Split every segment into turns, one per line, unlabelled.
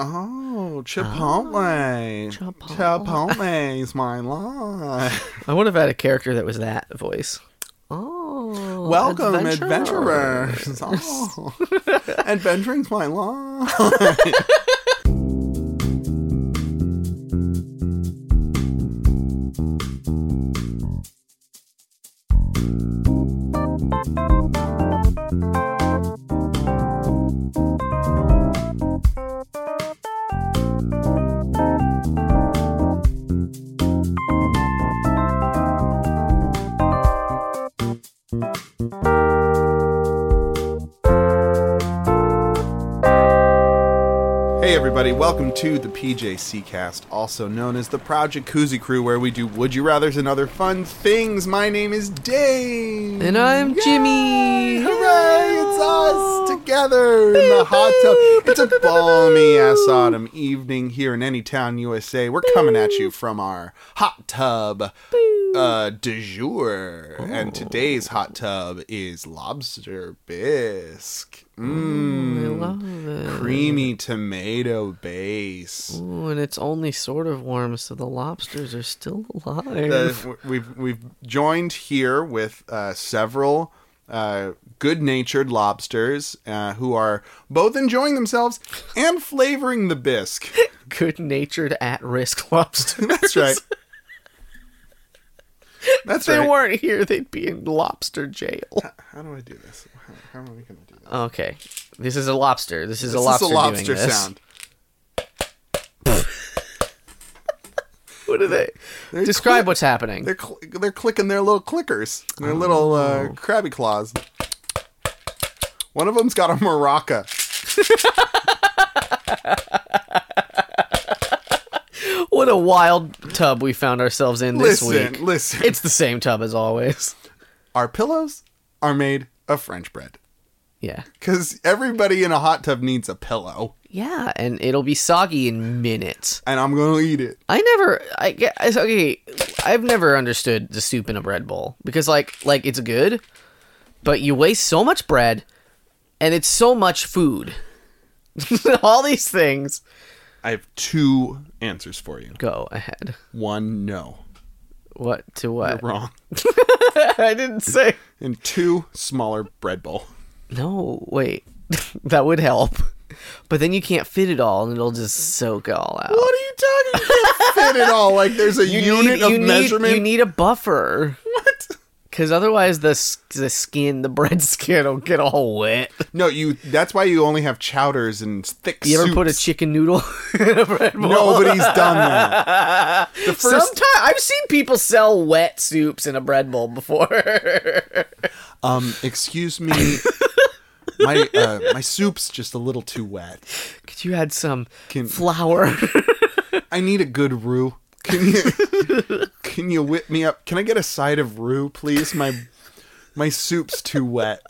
Oh, Chipotle.
Chipotle.
Chipotle is my life.
I would have had a character that was that voice. Oh,
Welcome, adventurers. Oh, adventuring's my life. Hey everybody, welcome to the PJC cast, also known as the Proud Jacuzzi Crew, where we do Would You Rathers and other fun things. My name is Dave.
And I'm Jimmy.
Hooray! It's us together in the hot tub. It's a balmy ass autumn evening here in any town, USA. We're coming at you from our hot tub uh, du jour. And today's hot tub is lobster bisque.
I
Mmm
love it.
creamy tomato base.
Ooh, and it's only sort of warm, so the lobsters are still
Uh,
alive.
we've we've joined here with uh, several uh, good-natured lobsters uh, who are both enjoying themselves and flavoring the bisque.
Good-natured, at-risk lobsters.
That's right. That's
If they
right. Uh,
weren't here, they'd be in lobster jail.
How do I do this? How, how are we gonna do this?
Okay, this is a lobster. This is a
This
lobster.
is a lobster
doing this.
sound.
What are they?
They're
Describe what's happening.
They're cl- they're clicking their little clickers, their little
Oh.
uh, crabby claws. One of them's got a maraca.
What a wild tub we found ourselves in this
Listen,
week.
listen.
It's the same tub as always.
our pillows are made of French bread.
Yeah.
Because everybody in a hot tub needs a pillow,
Yeah, and it'll be soggy in minutes.
and I'm going to eat it.
I never, I get, it's okay, I've never understood the soup in a bread bowl because, like, like it's good, but you waste so much bread, and it's so much food. All these things
I have two answers for you.
go ahead.
One, no,
What to what?
wrong,
I didn't say.
and two, smaller bread bowl.
No, wait, that would help, but then you can't fit it all, and it'll just soak all out.
What are you talking? You can't fit it all. Like there's a unit of measurement.
Need, you need a buffer.
what?
Because otherwise, the s- the skin, the bread skin, will get all wet.
No, you. That's why you only have chowders and thick.
You ever put a
soups.
chicken noodle in a bread bowl?
Nobody's done that. The first.
Sometimes I've seen people sell wet soups in a bread bowl before.
Um, excuse me. My uh, my soup's just a little too wet.
Could you add some
Can-
flour?
I need a good roux. Can you can you whip me up? Can I get a side of roux, please? My my soup's too wet.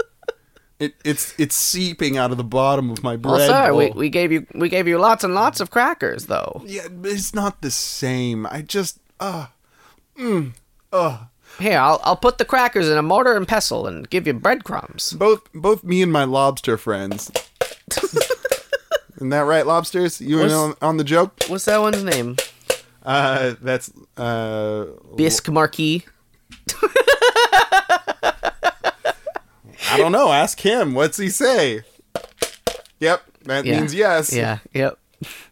It it's it's seeping out of the bottom of my
well,
bread.
Oh, sorry, we,
bowl.
we gave you we gave you lots and lots of crackers, though.
Yeah, but it's not the same. I just uh
Here, I'll I'll put the crackers in a mortar and pestle and give you breadcrumbs.
both both me and my lobster friends. Isn't that right, lobsters? You in
What's-
on, on the joke?
What's that one's name?
Uh, that's uh,
Bisque Marquis.
I don't know. Ask him. What's he say? Yep, that
Yeah.
means yes.
Yeah. Yep.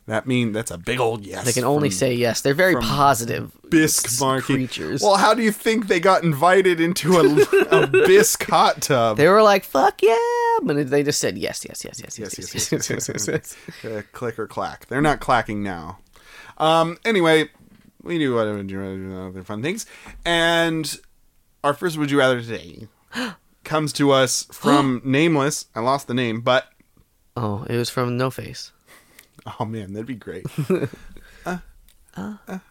That mean that's a big old yes.
They can only
from
say yes. They're very positive.
bisque
s-
monkey
creatures.
Well, how do you think they got invited into a, a bisque hot tub?
They were like, "Fuck yeah!" And they just said, "Yes, yes, yes, yes, yes,
Yes,
yes,
yes,
yes, yes, yes, yes, yes."
Uh, click or clack. They're not clacking now. Um. Anyway, we do whatever would you rather do other fun things, and our first would you rather today comes to us from nameless. I lost the name, but
Oh, it was from No Face.
oh man, that'd be great.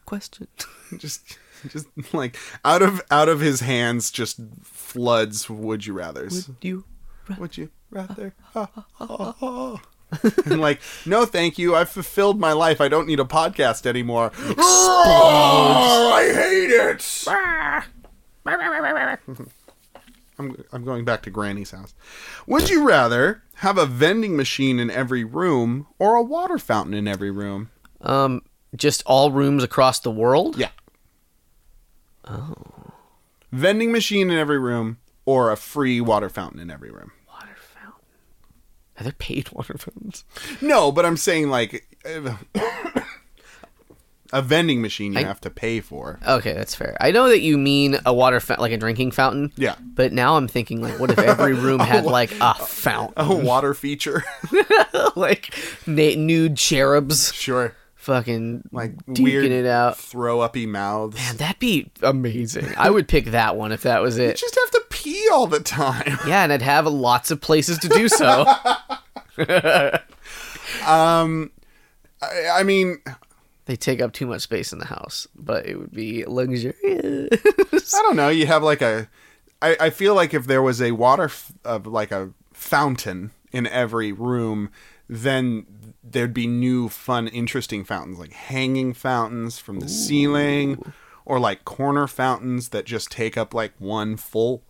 Question.
just just like out of out of his hands just floods would you rather's
Would you?
would you rather Ha, ha, ha. and like no thank you i've fulfilled my life i don't need a podcast anymore
Ah.
Oh, i hate it I'm, I'm going back to Granny's house. Would you rather have a vending machine in every room or a water fountain in every room?
Um, just all rooms across the world.
Yeah. Oh. Vending machine in every room or a free water fountain in every room?
Water fountain. Are there paid water fountains?
No, but I'm saying like a vending machine you
I-
have to pay for.
Okay, that's fair. I know that you mean a water fountain, like a drinking fountain.
Yeah.
But now I'm thinking, like, Oh, what if every room had like a fountain,
A water feature.
like na- nude cherubs,
sure.
fucking
Like
duking
weird
it out?
throw uppy mouths.
Man, that'd be amazing. I would pick that one if that was
You
it.
just have to pee all the time.
Yeah, and I'd have lots of places to do so.
I, I mean,
they take up too much space in the house, but it would be luxurious.
I don't know. You have like a. I, I feel like if there was a water, f- of like a fountain in every room, then there'd be new, fun, interesting fountains, like hanging fountains from the ceiling, or like corner fountains that just take up like one full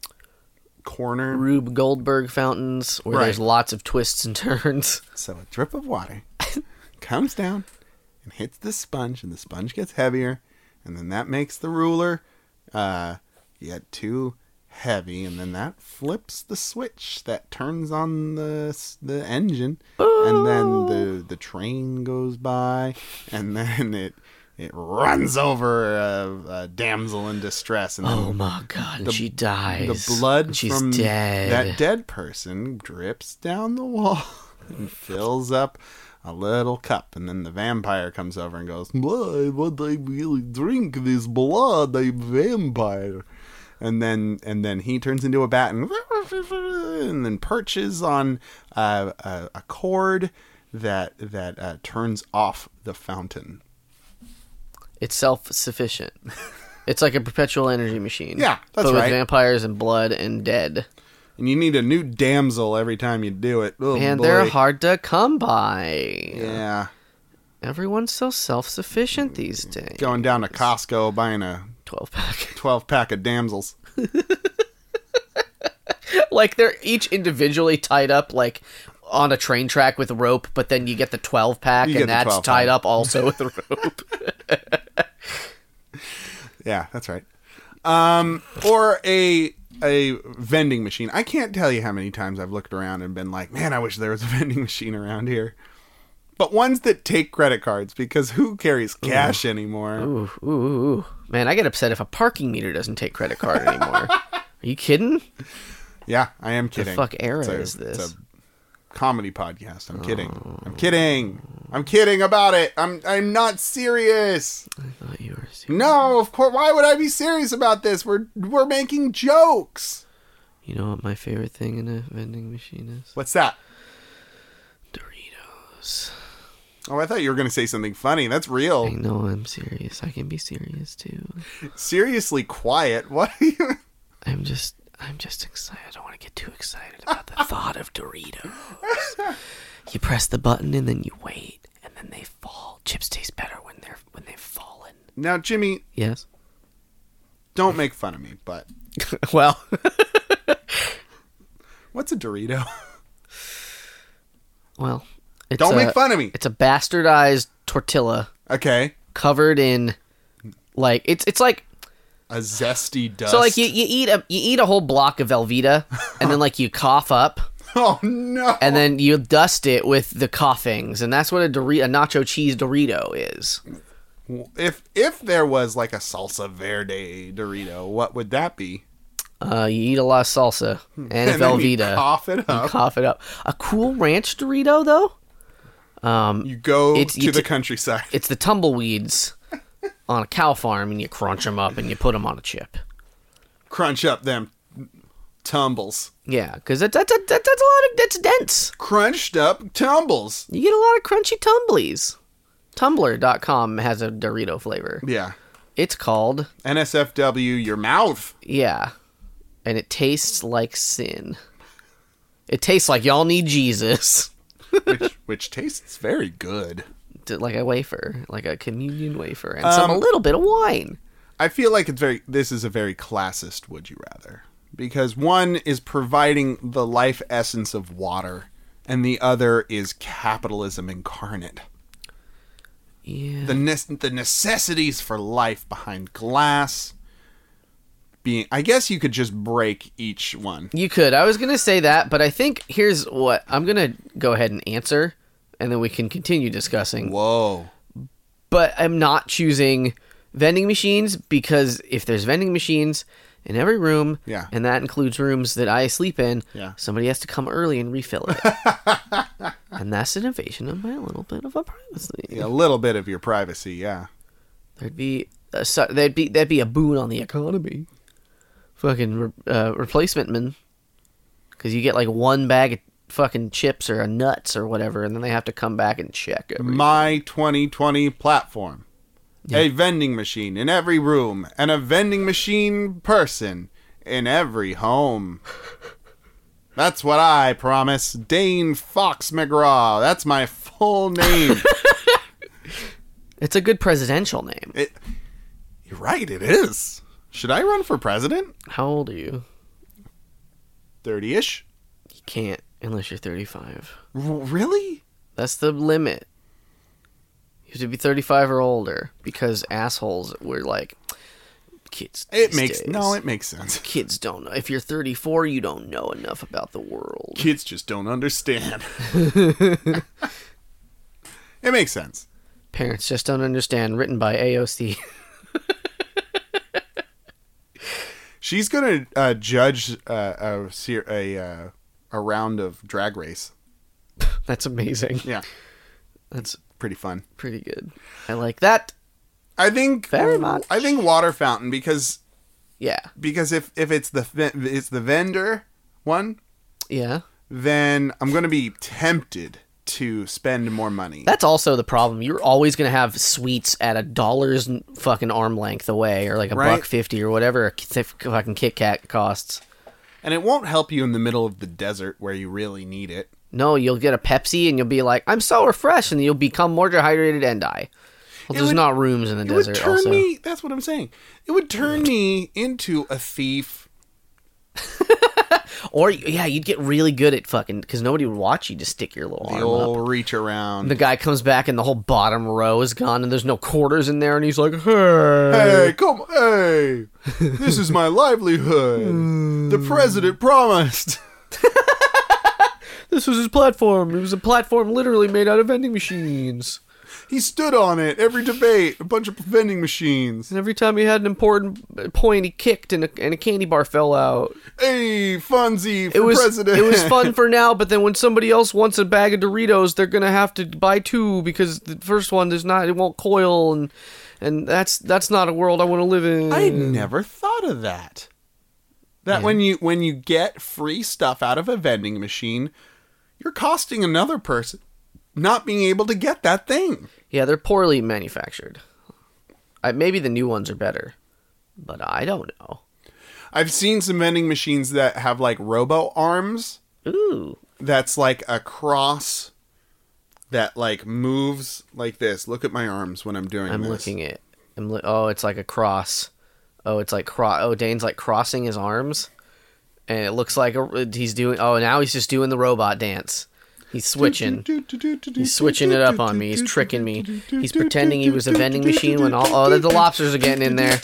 corner.
Rube Goldberg fountains, where there's
Right.
lots of twists and turns.
So a drip of water comes down and hits the sponge, and the sponge gets heavier, and then that makes the ruler uh, get too heavy, and then that flips the switch that turns on the s- the engine, and then the the train goes by, and then it it runs over a, a damsel in distress, and then
Oh my god, and she dies.
the blood
and she's
from
dead.
that dead person drips down the wall and fills up a little cup, and then the vampire comes over and goes, "Why would I really drink this blood? I'm vampire." And then and then he turns into a bat and, and then perches on uh, a, a cord that that uh, turns off the fountain.
it's self-sufficient. it's like a perpetual energy machine.
Yeah, that's
but
right.
With vampires and blood and dead,
And you need a new damsel every time you do it. Oh,
and they're
boy.
hard to come by.
Yeah.
Everyone's so self-sufficient these days.
going down to Costco buying a
Twelve pack.
12 pack of damsels.
like they're each individually tied up, like on a train track with a rope. But then you get the twelve pack,
You get
and
the
that's
12
tied
pack.
up also with a rope.
Yeah, that's right. Um, or a a vending machine. I can't tell you how many times I've looked around and been like, "Man, I wish there was a vending machine around here." But ones that take credit cards because who carries cash anymore?
Ooh, ooh, ooh, ooh. man, I get upset if a parking meter doesn't take credit card anymore. Are you kidding?
Yeah, I am kidding.
fuck era
It's a-
is this? Oh.
It's a comedy podcast. I'm kidding. I'm kidding. I'm kidding about it. I'm I'm not serious.
Thought you were serious.
No, of course. Why would I be serious about this? We're we're making jokes.
You know what my favorite thing in a vending machine is?
What's that?
Doritos.
Oh, I thought you were going to say something funny. That's
I
real.
know I'm serious. I can be serious too.
Seriously quiet. What are you?
I'm just I'm just excited. I don't want to get too excited about the thought of Doritos. You press the button and then you wait and then they fall. Chips taste better when they're when they've fallen.
Now, Jimmy,
Yes.
don't make fun of me, but
well,
what's a Dorito?
well, it's
don't
a,
make fun of me.
It's a bastardized tortilla
Okay.
covered in like it's it's like
A zesty dust.
so like you, you eat a you eat a whole block of Velveeta and then like you cough up
Oh no.
and then you dust it with the coughings and that's what a Dorito, a nacho cheese Dorito is.
If if there was like a salsa verde Dorito, what would that be?
Uh, you eat a lot of salsa and,
then you
Velveeta. Cough.
Cough it up.
it up. A cool ranch Dorito though.
You go
It's-
to
it's-
the countryside.
It's the tumbleweeds on a cow farm and you crunch them up and you put them on a chip.
Crunch up them tumbles.
Yeah, because that's that's, that's that's a lot of that's dense.
Crunched up tumbles.
You get a lot of crunchy tumblies. Tumblr.com has a Dorito flavor.
Yeah.
It's called,
NSFW, your mouth.
yeah. And it tastes like sin. It tastes like y'all need Jesus.
which which tastes very good.
D- Like a wafer, like a communion wafer, and some a little bit of wine.
I feel like it's very. This is a very classist. Would you rather? because one is providing the life essence of water, and the other is capitalism incarnate.
Yeah.
The ne- the necessities for life behind glass. Being, I guess you could just break each one.
You could. I was going to say that, but I think here's what I'm going to go ahead and answer, and then we can continue discussing.
Whoa.
But I'm not choosing vending machines because if there's vending machines in every room,
Yeah.
and that includes rooms that I sleep in,
Yeah.
somebody has to come early and refill it. and that's an invasion of my little bit of a privacy.
A little bit of your privacy, yeah.
There'd be a, su- there'd be that'd be a boon on the economy. Fucking re- uh, replacement man, because you get like one bag of fucking chips or nuts or whatever, and then they have to come back and check it.
My 2020 platform. A vending machine in every room and a vending machine person in every home. That's what I promise. Dane Fox McGraw. That's my full name.
It's a good presidential name.
it, you're right, it is. Should I run for president?
How old are you?
30 ish?
You can't unless you're 35.
really?
That's the limit. You have to be 35 or older because assholes were like kids.
It
these
makes
days.
no, it makes sense.
Kids don't know. If you're 34, you don't know enough about the world.
Kids just don't understand. it makes sense.
Parents just don't understand. Written by AOC.
She's gonna uh, judge uh, a ser- a uh, a round of drag race.
That's amazing.
Yeah,
That's
pretty fun.
pretty good. I like that.
I think
Very much.
I think water fountain because
Yeah.
because if if it's the ven- it's the vendor one,
Yeah.
then I'm gonna be tempted to spend more money.
That's also the problem. You're always going to have sweets at a dollar's n- fucking arm length away or like a
Right.
buck 50 or whatever a ki- fucking Kit Kat costs.
and it won't help you in the middle of the desert where you really need it.
No, you'll get a Pepsi and you'll be like, "I'm so refreshed," and you'll become more dehydrated and die. Well, there's
would-
not rooms in the
It
desert.
would turn
also,
me. That's what I'm saying. It would turn me into a thief.
or yeah, you'd get really good at fucking because nobody would watch you. Just stick your little
The
arm up.
old reach around.
The guy comes back and the whole bottom row is gone and there's no quarters in there and he's like, "Hey,
Hey, come, hey! This is my livelihood. the president promised.
this was his platform. It was a platform literally made out of vending machines.
He stood on it every debate. A bunch of vending machines.
And every time he had an important point, he kicked and a, and a candy bar fell out.
Hey, Fonzie for
It was
president.
it was fun for now, but then when somebody else wants a bag of Doritos, they're gonna have to buy two because the first one there's not it won't coil and and that's that's not a world I want to live in.
I never thought of that. That when you when you get free stuff out of a vending machine, you're costing another person not being able to get that thing.
Yeah, they're poorly manufactured. I, maybe the new ones are better, but I don't know.
I've seen some vending machines that have like robo arms.
Ooh,
that's like a cross that like moves like this. Look at my arms when I'm doing
I'm
this.
looking at. I'm li- oh, it's like a cross. Oh, it's like cross. Oh, Dane's like crossing his arms, and it looks like a, he's doing. Oh, now he's just doing the robot dance. He's switching. He's
He's
switching it up on me. He's tricking me. He's pretending he was a vending machine when all. Oh, the, the lobsters are getting in there.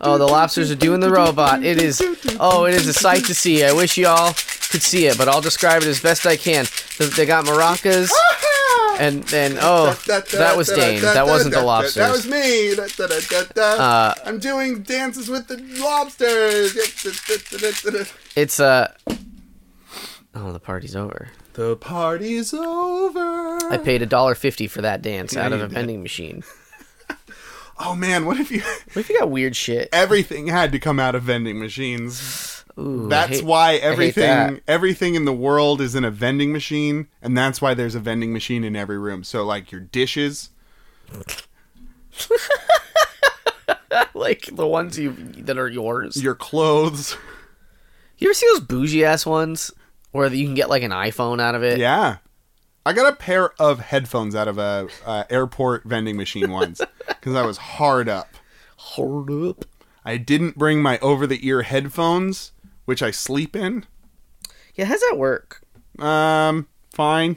Oh, the lobsters are doing the robot. It is. Oh, it is a sight to see. I wish y'all could see it, but I'll describe it as best I can. Th- They got maracas, and then oh, that was Dane. That wasn't the
That
lobsters. Uh,
was me. Da, da, da, da, da. I'm doing dances with the lobsters.
It's uh Oh, the party's over.
The party's over.
I paid a dollar fifty for that dance out of a vending machine.
oh man, what if you?
What if you got weird shit?
Everything had to come out of vending machines.
Ooh, I
That's
hate-
why everything
that.
everything in the world is in a vending machine, and that's why there's a vending machine in every room. So like your dishes,
like the ones you that are yours.
your clothes.
You ever see those bougie ass ones where you can get like an iPhone out of it?
Yeah. I got a pair of headphones out of a uh, airport vending machine once cuz I was hard up.
Hold up.
I didn't bring my over the ear headphones, which I sleep in.
Yeah, how's that work?
Um, fine.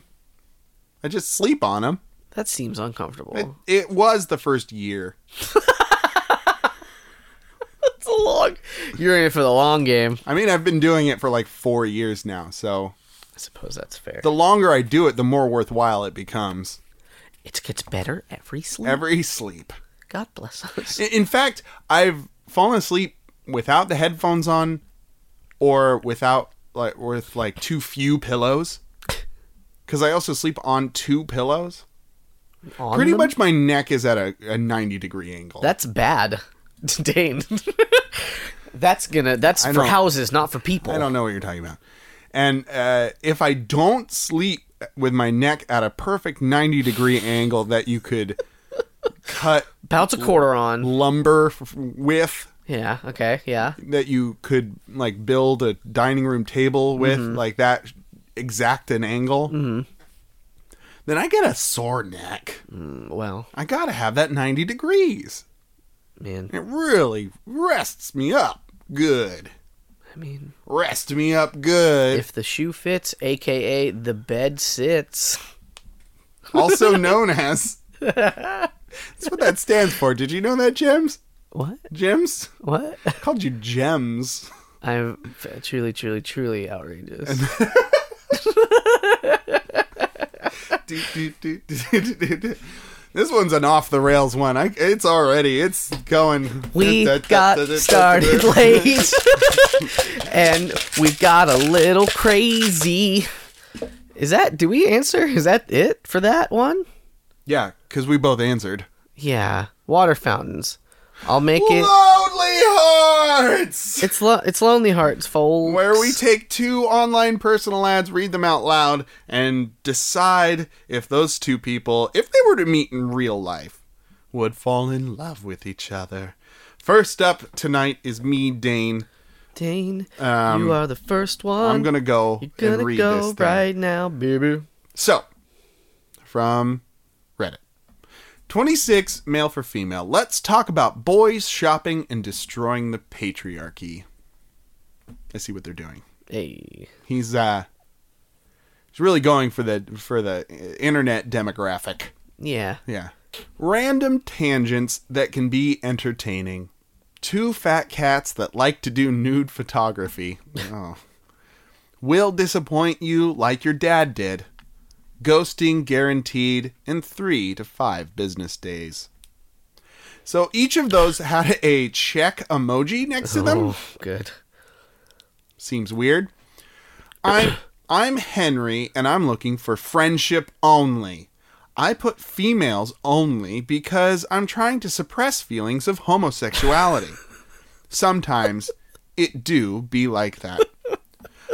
I just sleep on them.
That seems uncomfortable.
It, it was the first year.
It's a long. You're in it for the long game.
I mean, I've been doing it for like four years now, so
I suppose that's fair.
the longer I do it, the more worthwhile it becomes.
it gets better every sleep.
Every sleep.
God bless us.
I- In fact, I've fallen asleep without the headphones on, or without like with like too few pillows, because I also sleep on two pillows.
On
Pretty
them?
much, my neck is at a, a ninety degree angle.
That's bad, Dane. that's gonna. That's
I
for
don't-
houses, not for people.
I don't know what you're talking about. And uh, if I don't sleep with my neck at a perfect 90 degree angle that you could cut
Bounce a quarter on.
lumber f- with,
Yeah. Okay. Yeah.
that you could like build a dining room table with, like that exact an angle, then I get a sore neck.
Mm, Well,
I gotta have that 90 degrees.
man.
It really rests me up good.
I mean,
Rest me up good.
if the shoe fits, aka the bed sits.
also known as. That's what that stands for. Did you know that, Gems?
What?
Gems?
What?
I called you Gems.
I'm f- truly, truly, truly outrageous.
Do, do, do, do, do, do, do. this one's an off the rails one. I, it's already. It's going.
We got started late and we got a little crazy. Is that, do we answer? Is that it for that one?
Yeah, because we both answered.
Yeah. Water fountains. I'll make
Lonely
it.
Hearts!
It's lo- it's Lonely Hearts, folks.
Where we take two online personal ads, read them out loud, and decide if those two people, if they were to meet in real life, would fall in love with each other. First up tonight is me, Dane.
Dane,
Um,
you are the first one.
I'm gonna go
You're
and
gonna
read this
go
thing.
right now, baby.
So, from Reddit. 26 male for female. Let's talk about boys shopping and destroying the patriarchy. I see what they're doing.
Hey.
He's uh he's really going for the for the internet demographic.
Yeah.
Yeah. Random tangents that can be entertaining. Two fat cats that like to do nude photography. Oh. Will disappoint you like your dad did. Ghosting guaranteed in 3 to 5 business days. So each of those had a check emoji next to them
Oh, good.
seems weird. I'm I'm Henry and I'm looking for friendship only. I put females only because I'm trying to suppress feelings of homosexuality. Sometimes it do be like that.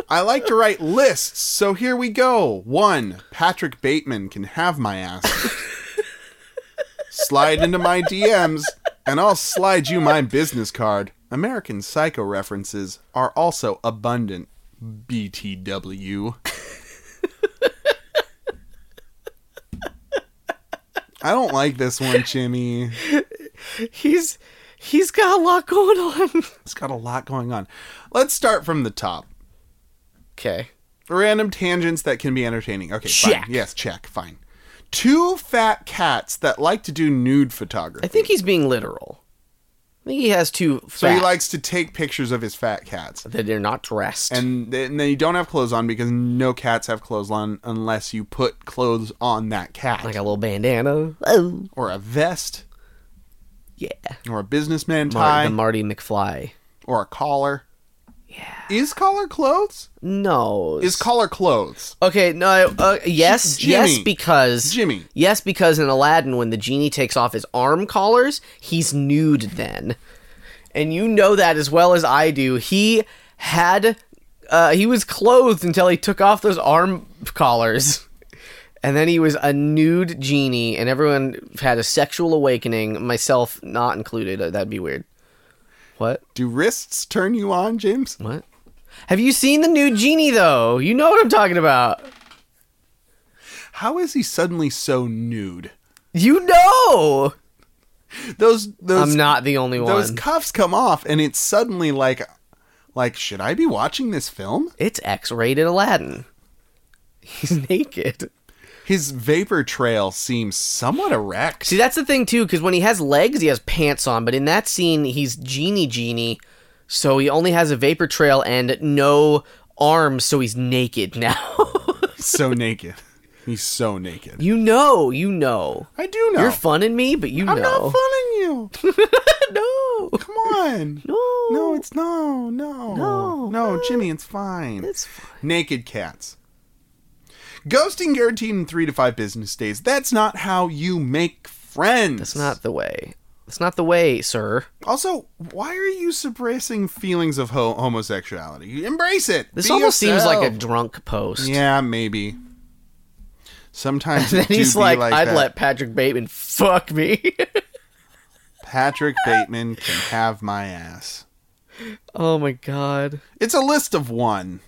I like to write lists, so here we go. 1. Patrick Bateman can have my ass. slide into my DMs and I'll slide you my business card. American Psycho references are also abundant. BTW. I don't like this one, Jimmy.
He's he's got a lot going on.
It's got a lot going on. Let's start from the top.
Okay.
Random tangents that can be entertaining. Okay,
Check.
fine. Yes, check. Fine. Two fat cats that like to do nude photography.
I think he's being literal. I think he has two facts
so. He likes to take pictures of his fat cats.
that they're not dressed.
and then, then you don't have clothes on because no cats have clothes on unless you put clothes on that cat
like a little bandana. Oh,
or a vest
yeah.
or a businessman
Mar-
tie
the Marty McFly.
or a collar. Yeah. Is collar clothes?
No.
Is collar clothes?
okay, no. Uh, yes, yes,
Jimmy.
because
Jimmy.
Yes, because in Aladdin, when the genie takes off his arm collars, he's nude then, and you know that as well as I do. He had, uh, he was clothed until he took off those arm collars. And then he was a nude genie, and everyone had a sexual awakening, myself not included. Uh, That'd be weird. What?
Do wrists turn you on, James?
What? Have you seen the new genie though? You know what I'm talking about.
How is he suddenly so nude?
You know.
Those those
I'm not the only one.
those cuffs come off and it's suddenly like Like, should I be watching this film?
It's X-rated Aladdin. He's naked.
His vapor trail seems somewhat erect.
See, that's the thing too, because when he has legs, he has pants on. But in that scene, he's genie genie, so he only has a vapor trail and no arms, so he's naked now.
so naked. He's so naked.
you know, you know.
I do know.
You're funning me, but you
I'm
know.
not funning you.
no,
Come on.
no,
No, it's no, no,
No.
no, Jimmy, it's fine.
It's fine.
Naked cats. Ghosting guaranteed in three to five business days. That's not how you make friends.
That's not the way. That's not the way, sir.
Also, why are you suppressing feelings of ho- homosexuality? You embrace it.
This
Be
almost seems
yourself.
like a drunk post.
Yeah, maybe. Sometimes
Then
it do
he's
be
like,
like,
I'd
that.
let Patrick Bateman fuck me.
Patrick Bateman can have my ass.
oh my god.
It's a list of one.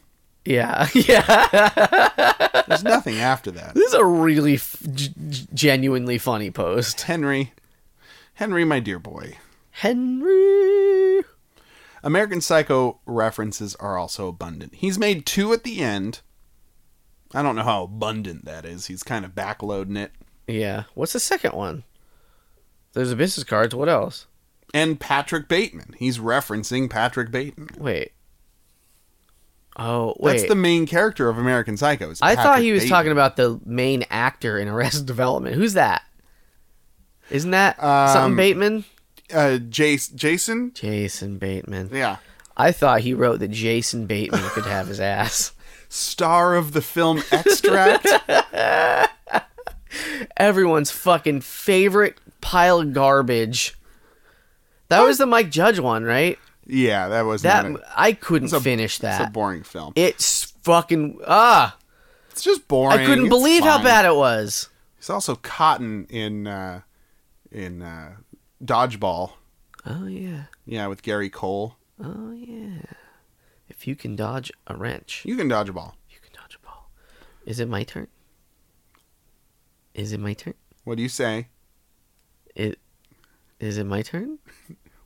Yeah, yeah.
There's nothing after that.
This is a really f- g- g- genuinely funny post.
Henry, Henry, my dear boy.
Henry.
American Psycho references are also abundant. He's made two at the end. I don't know how abundant that is. He's kind of backloading it.
Yeah. What's the second one? There's a business cards. What else?
And Patrick Bateman. He's referencing Patrick Bateman.
Wait. Oh wait.
That's the main character of American Psycho. is
I thought
Patrick
he was
Bateman.
talking about the main actor in Arrested Development. Who's that? Isn't that something
Um,
Bateman?
uh, Jace, Jason.
Jason Bateman.
Yeah,
I thought he wrote that Jason Bateman could have his ass.
star of the film Extract.
Everyone's fucking favorite pile of garbage. That was the Mike Judge one, right?
yeah, that was
That
not a,
I couldn't
a-
finish
It's a
that.
boring film.
It's fucking ah!
It's just boring.
I couldn't
It's
believe how
fine.
bad it was.
He's also Cotton in uh, in uh, Dodgeball.
Oh yeah,
Yeah, with Gary Cole.
oh yeah. If you can dodge a wrench,
You can dodge a ball.
You can dodge a ball. Is it my turn? Is it my turn?
What do you say?
It is it my turn?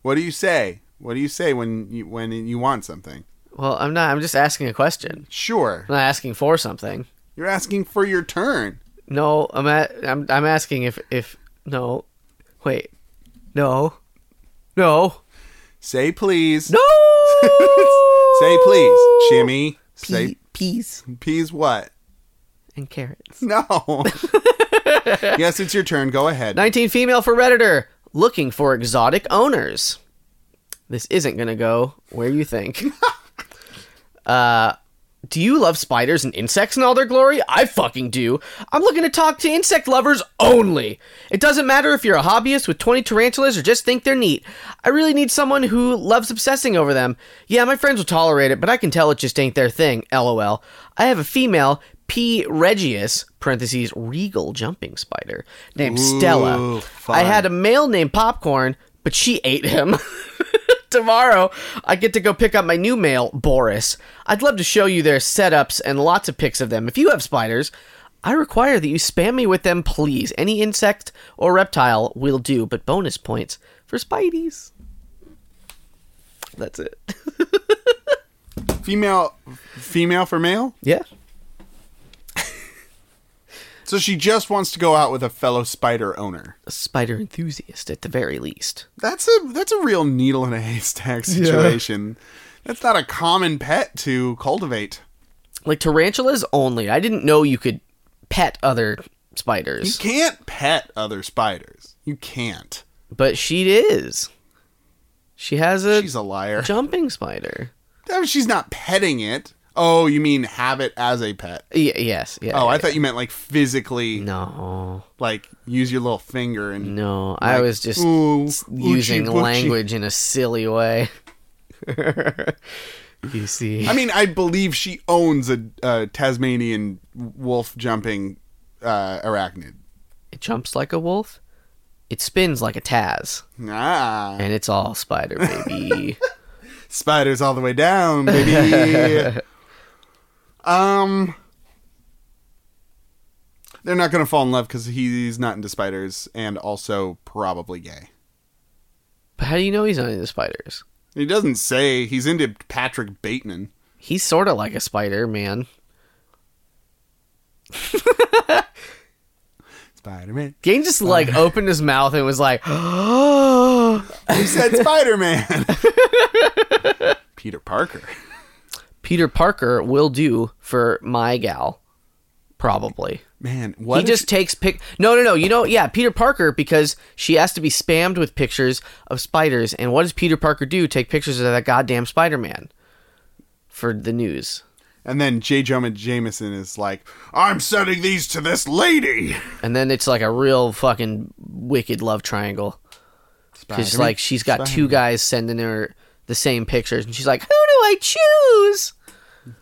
What do you say? What do you say when you when you want something?
Well, I'm not. I'm just asking a question.
Sure.
I'm not asking for something.
You're asking for your turn.
No, I'm at, I'm I'm asking if if no, wait, no, no,
Say please.
no.
Say please, Jimmy. Say
Pe- peas
please what?
and carrots.
No. yes, it's your turn. Go ahead.
19 female for redditor looking for exotic owners. This isn't going to go where you think. uh, do you love spiders and insects in all their glory? I fucking do. I'm looking to talk to insect lovers only. It doesn't matter if you're a hobbyist with 20 tarantulas or just think they're neat. I really need someone who loves obsessing over them. Yeah, my friends will tolerate it, but I can tell it just ain't their thing. LOL. I have a female P. regius (parentheses regal jumping spider) named Stella. I
fun.
had a male named Popcorn, but she ate him. Tomorrow, I get to go pick up my new male, Boris. I'd love to show you their setups and lots of pics of them. If you have spiders, I require that you spam me with them, please. Any insect or reptile will do, but bonus points for spideys. That's it.
Female female for male?
yeah.
So she just wants to go out with a fellow spider owner.
A spider enthusiast at the very least.
That's a that's a real needle in a haystack situation. That's not a common pet to cultivate.
Like tarantulas only. I didn't know you could pet other
You
spiders,
can't pet other spiders. You can't.
but she is. She has a
She's a liar.
jumping spider.
I mean, she's not petting it. Oh, you mean have it as a pet?
Y- yes. Yeah.
Oh, I
yeah. Mm.
thought you meant like physically,
No,
like use your little finger and
no. I was just
ooh,
s-
oochie
using
boochie.
language in a silly way. you see,
I mean, I believe she owns a, a Tasmanian wolf jumping uh, arachnid.
it jumps like a wolf. It spins like a Taz,
Ah,
and it's all spider baby.
spiders all the way down, baby. um, they're not gonna fall in love because he's not into spiders and also probably gay.
but how do you know he's not into spiders?
He doesn't say he's into Patrick Bateman.
He's sort of like a spider man.
Spider Man.
Gain just like opened his mouth and was like,
He said Spider Man. Peter Parker.
Peter Parker will do for my gal. Probably.
Man, what?
he
if-
just takes pic. No, no, no. You know, yeah, Peter Parker because she has to be spammed with pictures of spiders. And what does Peter Parker do? Take pictures of that goddamn Spider Man for the news.
and then J. Jonah Jameson is like, I'm sending these to this lady.
And then it's like a real fucking wicked love triangle. Because
Spider-Man.
like she's got two guys sending her the same pictures, and she's like, "Who do I choose?"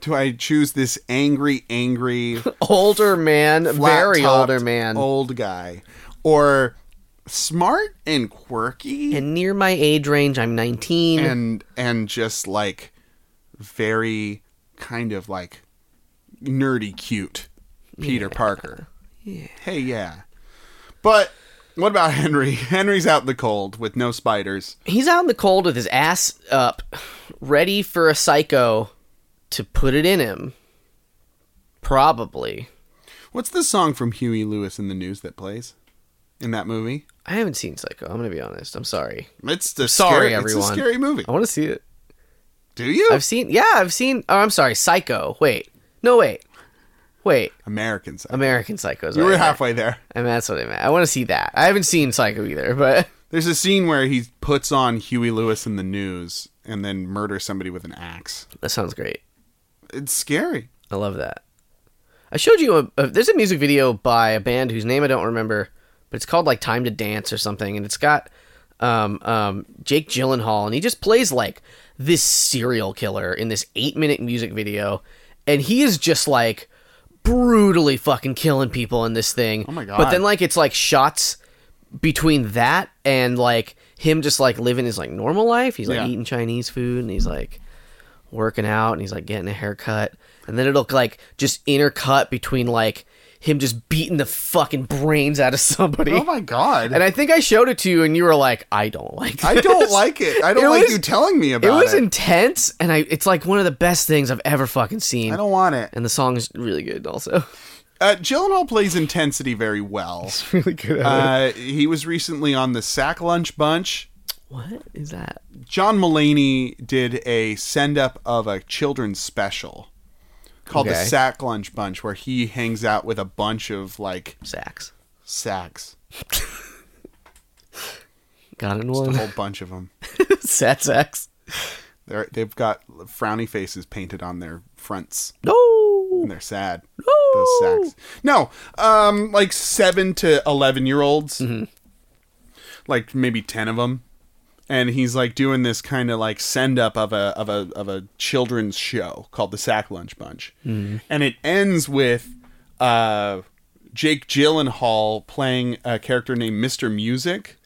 Do I choose this angry, angry,
Older man, very
flat-topped
older man,
old guy, or smart and quirky
and near my age range. I'm 19.
and and just like very kind of like nerdy cute Peter Parker. Hey, yeah. But what about Henry? Henry's out in the cold with no spiders.
he's out in the cold with his ass up, ready for a psycho to put it in him. Probably.
What's the song from Huey Lewis in the News that plays in that movie?
I haven't seen Psycho. I'm gonna be honest. I'm sorry.
It's the
Sorry,
scary, It's
everyone.
a scary movie.
I want to see it.
Do you?
I've seen. Yeah, I've seen. Oh, I'm sorry. Psycho. Wait. No, wait. Wait.
Americans.
American Psycho's.
You were halfway there.
I mean, that's what I meant. I want to see that. I haven't seen Psycho either, but
There's a scene where he puts on Huey Lewis in the news and then murders somebody with an axe.
that sounds great.
It's scary.
I love that. I showed you a, a there's a music video by a band whose name I don't remember, but it's called like Time to Dance or something, and it's got um, um, Jake Gyllenhaal, and he just plays like this serial killer in this eight minute music video, and he is just like brutally fucking killing people in this thing. Oh
my
But
God.
then like it's like shots between that and like him just like living his like normal life. He's like
Yeah.
eating Chinese food and he's like working out and he's like getting a haircut and then it'll like just intercut between like him just beating the fucking brains out of somebody
Oh my god.
and i think i showed it to you and you were like i don't like
I
this."
don't like it. I don't
It
like
was-
you telling me
it
about it.
was intense and i it's like one of the best things i've ever fucking seen
I don't want it.
and the song is really good also
Uh, Gyllenhaal plays intensity very well.
it's really good
Uh, he was recently on the Sack Lunch Bunch.
what is that
John Mullaney did a send up of a children's special called
Okay.
the Sack Lunch Bunch, where he hangs out with a bunch of like
sax
sacks,
got in
a
one
whole bunch of them.
sat sax
They're, they've got frowny faces painted on their fronts,
no
and they're sad. Those
no
sacks. No, um, like seven to eleven year olds, like maybe ten of them, and he's like doing this kind of like send up of a of a of a children's show called the Sack Lunch Bunch, and it ends with uh, Jake Gyllenhaal playing a character named Mister Music,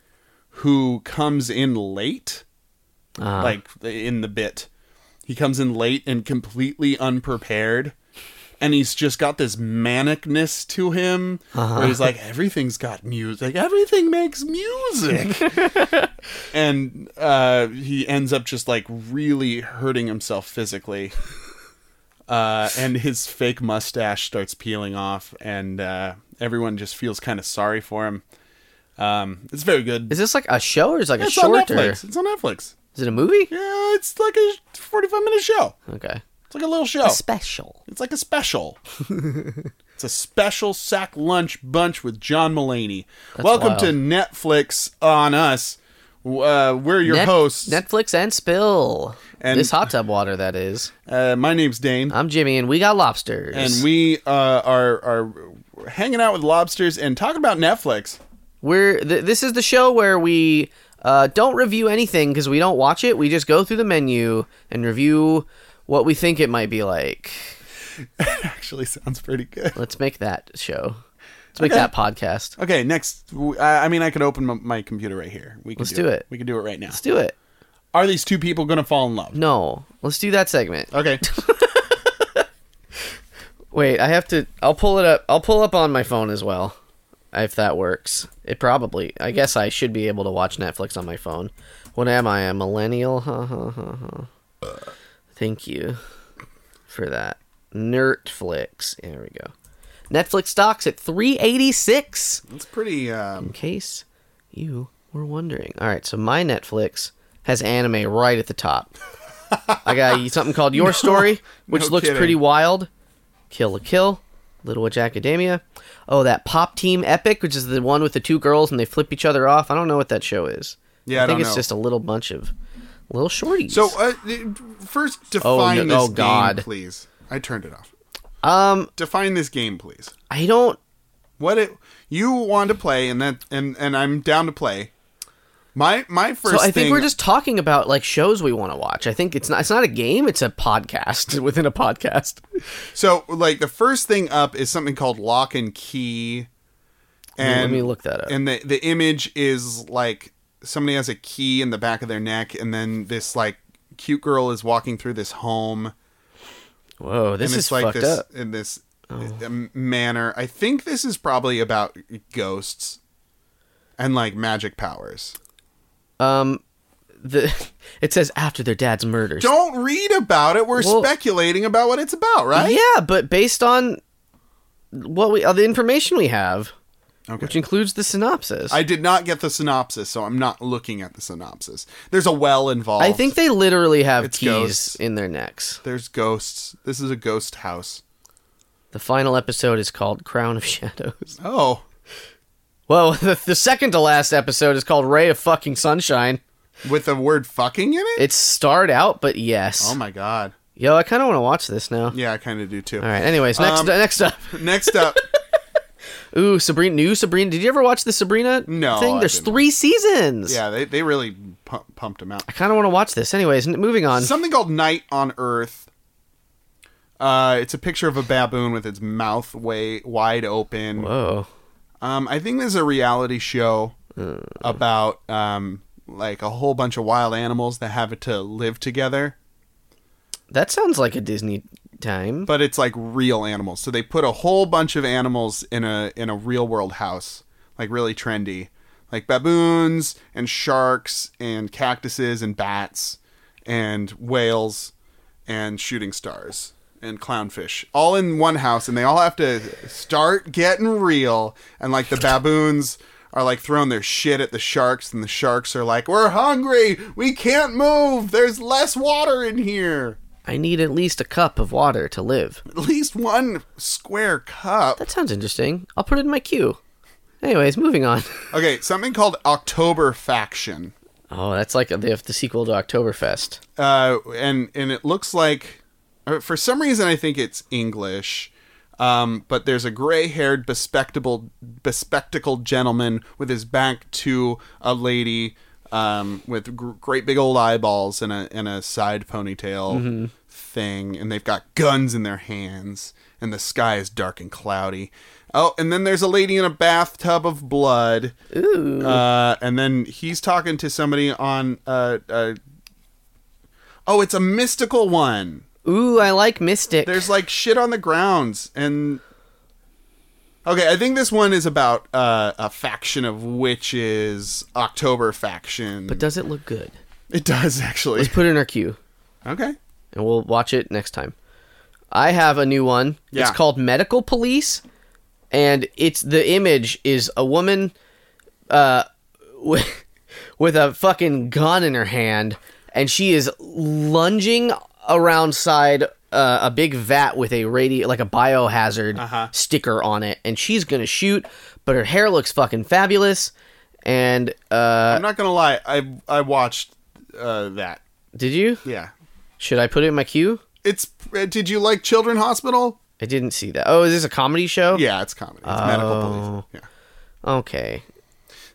who comes in late
Uh,
like in the bit. He comes in late and completely unprepared. And he's just got this manicness to him where
Uh-huh.
he's like, everything's got music. Everything makes music. and uh, he ends up just like really hurting himself physically. Uh, and his fake mustache starts peeling off, and uh, everyone just feels kind of sorry for him. Um, it's very good.
is this like a show or is it like
It's
a
on
short or
Netflix. It's on Netflix.
is it a movie
Yeah, it's like a 45 minute show.
okay
It's like a little show.
special
It's like a special. it's a special sack lunch bunch with John Mullaney. Welcome
wild.
to Netflix on us. Uh, we're your
Net-
hosts.
Netflix and Spill.
And-
this hot tub water that is.
uh, my name's Dane,
I'm Jimmy, and we got lobsters.
and we uh, are are hanging out with lobsters and talking about Netflix.
we're th- this is the show where we uh, don't review anything because we don't watch it. We just go through the menu and review what we think it might be like.
Actually, sounds pretty good.
Let's make that show. Let's make
Okay.
that podcast.
Okay, next. w- I I mean, I could open my, my computer right here. We can
Let's do it.
We can do it right now.
Let's do it.
Are these two people going to fall in love?
No, let's do that segment.
Okay.
Wait, I have to. I'll pull it up. I'll pull up on my phone as well. if that works. It probably. I guess I should be able to watch Netflix on my phone. What am I? A millennial? Ha ha ha ha. Thank you for that. Nertflix. There we go. Netflix stocks at 386
It's pretty. Um,
in case you were wondering. All right, so my Netflix has anime right at the top. I got something called Your Story, which
no
looks
kidding.
pretty wild. Kill a Kill, Little Witch Academia. Oh, that Pop Team Epic, which is the one with the two girls and they flip each other off. I don't know what that show is.
Yeah, I
think
don't
it's
know.
just a little bunch of little shorties.
so uh, first, define
no-
this
oh,
game,
God.
please. I turned it off.
um,
Define this game, please.
I don't.
What it you want to play, and that and and I'm down to play. My my first.
So I think
thing-
we're just talking about like shows we want to watch. I think it's not. It's not a game. It's a podcast within a podcast.
So, like, the first thing up is something called Lock and Key.
me-
And,
let me look that up.
And the, the image is like somebody has a key in the back of their neck, and then this, like, cute girl is walking through this home.
Whoa, this
And
is
it's like
fucked
this
up. Oh.
in this uh, manner. I think this is probably about ghosts and, like, magic powers.
Um, the it says after their dad's murder.
Don't read about it. We're
Well-
speculating about what it's about, right?
Yeah, but based on what we uh, the information we have,
Okay.
which includes the synopsis,
I did not get the synopsis, so I'm not looking at the synopsis. There's a well involved.
I think they literally have
It's
keys
ghosts.
in their necks.
There's ghosts. This is a ghost house.
The final episode is called Crown of Shadows.
Oh,
Well, the, the second to last episode is called Ray of Fucking Sunshine.
with the word fucking in it?
It's starred out, but yes.
Oh my god.
Yo, I kind of want to watch this now.
Yeah, I kind of do too.
All right. Anyways, next
Um,
next up.
Next up,
Ooh, Sabrina. New Sabrina. Did you ever watch the Sabrina
No,
thing?
I
There's
didn't.
three seasons.
yeah, they, they really pu- pumped him out.
I kind of want to watch this. Anyways, n- moving on.
Something called Night on Earth. Uh, it's a picture of a baboon with its mouth way wide open.
Whoa.
Um, I think there's a reality show about um, like a whole bunch of wild animals that have to live together.
That sounds like a Disney time.
but it's like real animals. So they put a whole bunch of animals in a in a real world house, like really trendy, like baboons and sharks and cactuses and bats and whales and shooting stars and clownfish all in one house and they all have to start getting real and like the baboons are like throwing their shit at the sharks and the sharks are like we're hungry we can't move there's less water in here
I need at least a cup of water to live.
at least one square cup.
That sounds interesting. I'll put it in my queue. Anyways, moving on.
Okay, something called October Faction,
Oh, that's like the, the sequel to Oktoberfest.
uh, and and it looks like, uh, for some reason, I think it's English. Um, but there's a gray-haired, bespectable, bespectacled gentleman with his back to a lady um, with gr- great big old eyeballs and a and a side ponytail thing, and they've got guns in their hands, and the sky is dark and cloudy. Oh, and then there's a lady in a bathtub of blood.
Ooh.
Uh, and then he's talking to somebody on. Uh, uh, oh, it's a mystical one.
Ooh, I like Mystic.
There's like shit on the grounds and. Okay, I think this one is about uh, a faction of witches, October faction.
But does it look good?
it does actually.
Let's put it in our queue,
Okay.
and we'll watch it next time. I have a new one. It's
Yeah.
called Medical Police, and it's the image is a woman, uh, with, with a fucking gun in her hand, and she is lunging around side uh, a big vat with a radio like a biohazard
Uh-huh.
sticker on it, and she's gonna shoot, but her hair looks fucking fabulous. And uh,
I'm not gonna lie. I I watched uh, that.
did you?
Yeah.
Should I put it in my queue?
It's. Uh, did you like Children Hospital?
I didn't see that. Oh, is this a comedy show?
Yeah, it's comedy. It's medical police. Yeah.
Okay.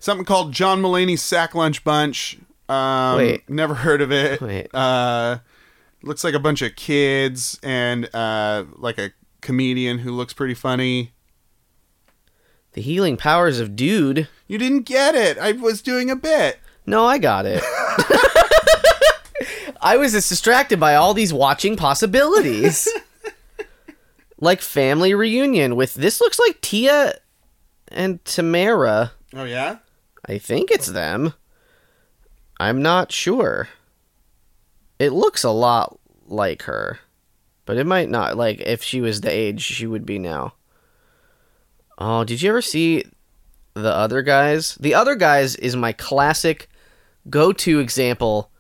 something called John Mulaney's Sack Lunch Bunch. Um,
Wait.
Never heard of it.
Wait.
Uh, looks like a bunch of kids and uh, like a comedian who looks pretty funny.
The healing powers of dude.
You didn't get it. I was doing a bit.
No, I got it. I was just distracted by all these watching possibilities. like family reunion with this looks like Tia and Tamara.
Oh yeah.
I think it's them. I'm not sure. It looks a lot like her, but it might not. Like, if she was the age she would be now. Oh, did you ever see the other guys? The other guys is my classic go to example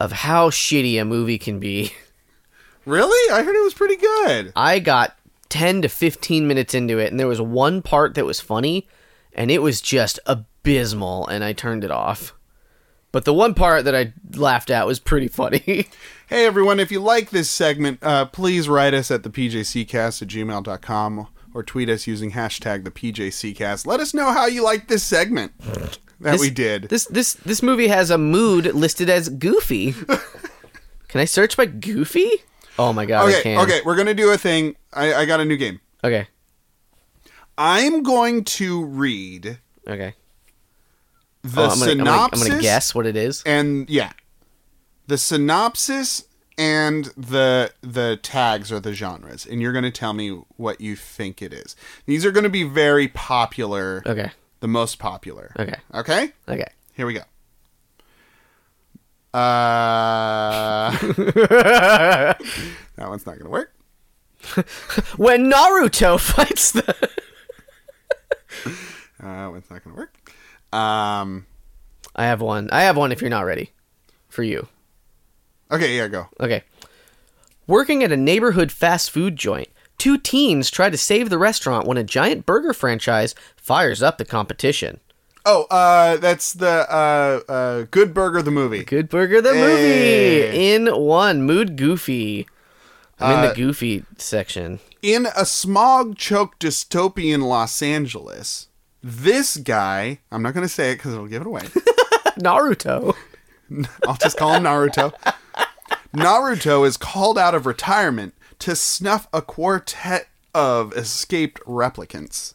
of how shitty a movie can be.
Really? I heard it was pretty good.
I got 10 to 15 minutes into it, and there was one part that was funny, and it was just abysmal, and I turned it off. But the one part that I laughed at was pretty funny.
Hey everyone, if you like this segment, uh, please write us at the pjccast at gmail.com or tweet us using hashtag the pjccast. Let us know how you like this segment that we did.
this this this movie has a mood listed as goofy. can I search by goofy? Oh my god, I
okay,
can.
okay, we're gonna do a thing. I, I got a new game.
Okay.
I'm going to read
Okay.
the
Oh, I'm gonna- I'm gonna-
synopsis
I'm gonna guess what it is.
and yeah, the synopsis and the the tags are the genres, and you're going to tell me what you think it is. These are going to be very popular,
Okay.
the most popular.
Okay.
Okay,
Okay.
here we go. Uh, that one's not going to work.
When Naruto fights the
Uh, that one's not going to work. Um,
I have one. I have one if you're not ready. For you.
okay, yeah, go.
Okay. Working at a neighborhood fast food joint, two teens try to save the restaurant when a giant burger franchise fires up the competition.
Oh, uh, that's the uh, uh, Good Burger the movie.
Good Burger the Eh.
Hey.
movie in one mood goofy. I'm in the goofy section.
In a smog choked dystopian Los Angeles, this guy, I'm not going to say it because it'll give it away.
Naruto.
I'll just call him Naruto. Naruto is called out of retirement to snuff a quartet of escaped replicants.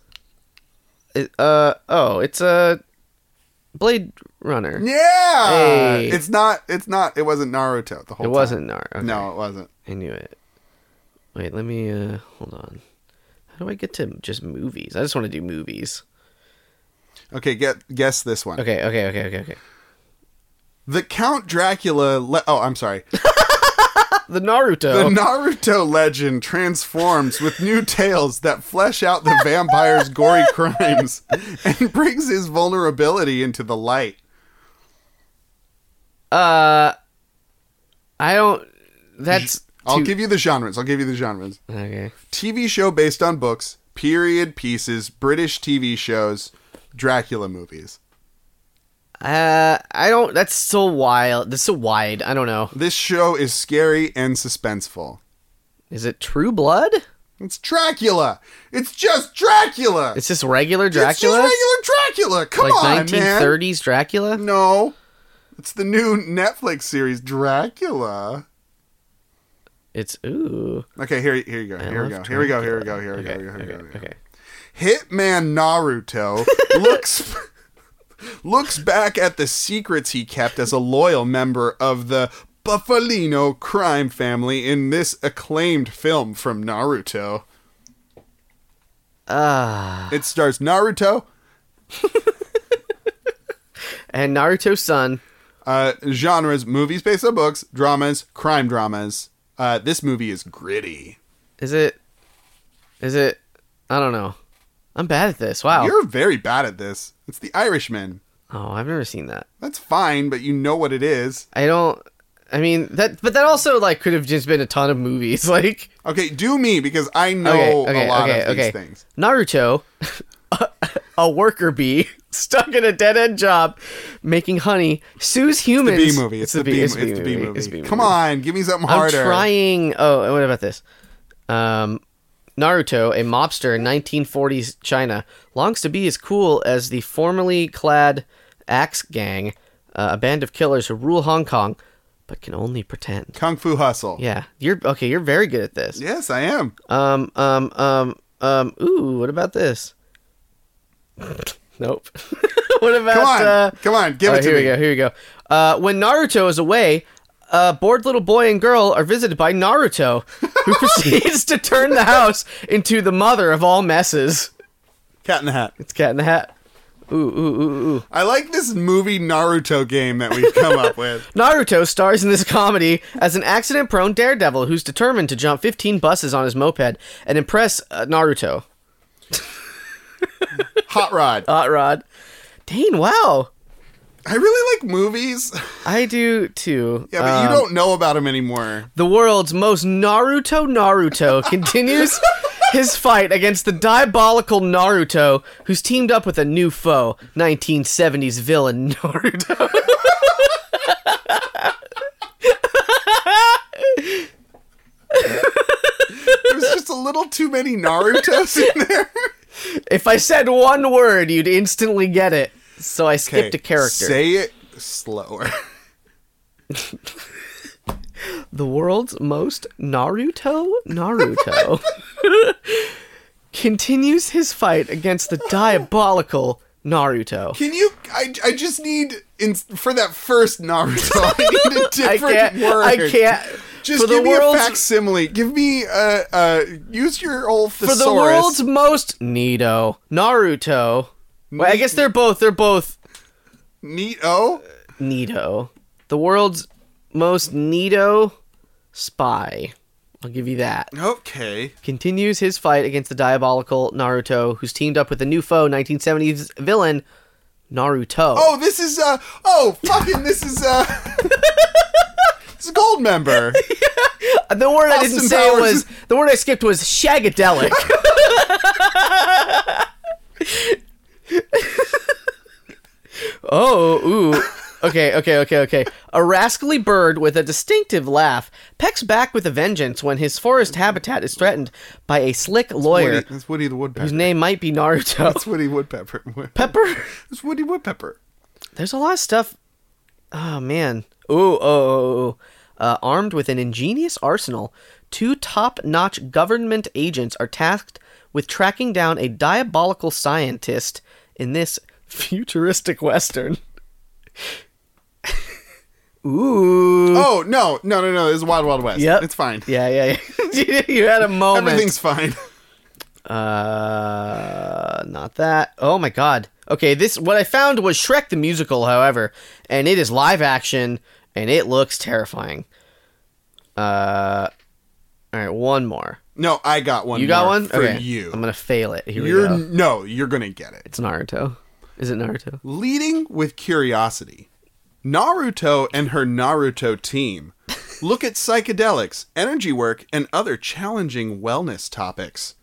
It- Uh oh, it's a Blade Runner.
Yeah!
Hey.
It's not, it's not, it wasn't Naruto the whole
It
time.
wasn't Naruto. Okay.
No, it wasn't.
I knew it. Wait, let me uh hold on. How do I get to just movies? I just want to do movies.
Okay, get, guess this one.
Okay, okay, okay, okay, okay.
The Count Dracula, le- oh, I'm sorry.
The Naruto.
The Naruto legend transforms with new tales that flesh out the vampire's gory crimes and brings his vulnerability into the light.
Uh, I don't. That's.
I'll
too-
give you the genres. I'll give you the genres.
Okay.
TV show based on books, period pieces, British TV shows, Dracula movies.
Uh, I don't. That's so wild. That's so wide. I don't know.
This show is scary and suspenseful.
Is it True Blood?
It's Dracula. It's just Dracula.
It's just regular
It's just
Dracula,
regular Dracula. Come on,
like
man.
1930s Dracula.
No. It's the new Netflix series Dracula.
It's ooh.
Okay, here here you go. Here we go.
love
Here we go. Here we go. Here we go.
Okay.
Here we go. Here we go.
Okay. Okay.
Hitman Naruto looks looks back at the secrets he kept as a loyal member of the Buffalino crime family in this acclaimed film from Naruto.
Ah,
It stars Naruto,
and Naruto's son.
uh, genres, movies based on books, dramas, crime dramas. Uh, this movie is gritty.
Is it? Is it? I don't know. I'm bad at this. Wow.
You're very bad at this. It's The Irishman.
oh, I've never seen that.
That's fine, but you know what it is.
I don't. I mean that, but that also like could have just been a ton of movies. Like
Okay, do me because I know a lot of these things.
Naruto, a worker bee stuck in a dead end job, making honey, sues
The
humans.
B movie. It's, the B.
it's
It's the B
It's the
movie. Come on, give me something
I'm
harder.
trying. Oh, and what about this? Um, Naruto, a mobster in 1940s China, longs to be as cool as the formerly clad Axe Gang, uh, a band of killers who rule Hong Kong, but can only pretend.
Kung Fu Hustle.
Yeah, you're okay. You're very good at this.
Yes, I am.
Um, um, um, um, ooh, what about this? nope. what about,
Come on,
uh,
come on, give
all
it
right,
to
here
me.
we go, here we go. Uh, when Naruto is away, a bored little boy and girl are visited by Naruto, who proceeds to turn the house into the mother of all messes.
Cat in the Hat.
It's Cat in the Hat. Ooh, ooh, ooh, ooh.
I like this movie Naruto game that we've come up with.
Naruto stars in this comedy as an accident prone daredevil who's determined to jump 15 buses on his moped and impress uh, Naruto.
Hot Rod.
Hot Rod. Dane, wow.
I really like movies.
I do too. Uh,
Yeah, but you don't know about them anymore.
the world's most Naruto Naruto continues his fight against the diabolical Naruto, who's teamed up with a new foe, 1970s villain Naruto.
There's just a little too many Narutos in there.
if I said one word, you'd instantly get it. So I skipped a character.
Say it slower.
the world's most Naruto Naruto continues his fight against the diabolical Naruto.
Can you? I, I just need in, for that first Naruto. I need a
I
different
can't.
word.
I can't.
Just
for the
give me a
world's-
facsimile. Give me uh uh. Use your old
for
thesaurus.
the world's most Nito Naruto. Well, I guess they're both they're both
Neat. Oh,
Nito. The world's most Nito spy. I'll give you that.
okay.
Continues his fight against the diabolical Naruto, who's teamed up with a new foe, 1970s villain Naruto.
Oh, this is uh. Oh, fucking. This is uh. it's a gold member.
the word I didn't
Austin
say
Powers.
was the word I skipped was shagadelic. oh, ooh. Okay, okay, okay, okay. A rascally bird with a distinctive laugh pecks back with a vengeance when his forest habitat is threatened by a slick lawyer
Woody, that's Woody the Woodpecker.
whose name might be Naruto.
That's Woody Woodpecker.
Pepper?
It's Woody Woodpecker.
There's a lot of stuff. Oh man. Ooh, oh, oh, oh. Uh, armed with an ingenious arsenal, two top-notch government agents are tasked with tracking down a diabolical scientist in this futuristic western. Ooh.
Oh no, no, no, no! This is Wild Wild West.
Yep.
it's fine.
Yeah, yeah, yeah. you had a moment.
Everything's fine.
Uh, not that. Oh my god. Okay, this what I found was Shrek the Musical, however, and it is live action and it looks terrifying. Uh, all right, one more.
No, I got one.
You got
more
one
for
okay.
you.
I'm gonna fail it. Here
You're
we go.
no, you're gonna get it.
It's Naruto. Is it Naruto?
Leading with curiosity, Naruto and her Naruto team look at psychedelics, energy work, and other challenging wellness topics.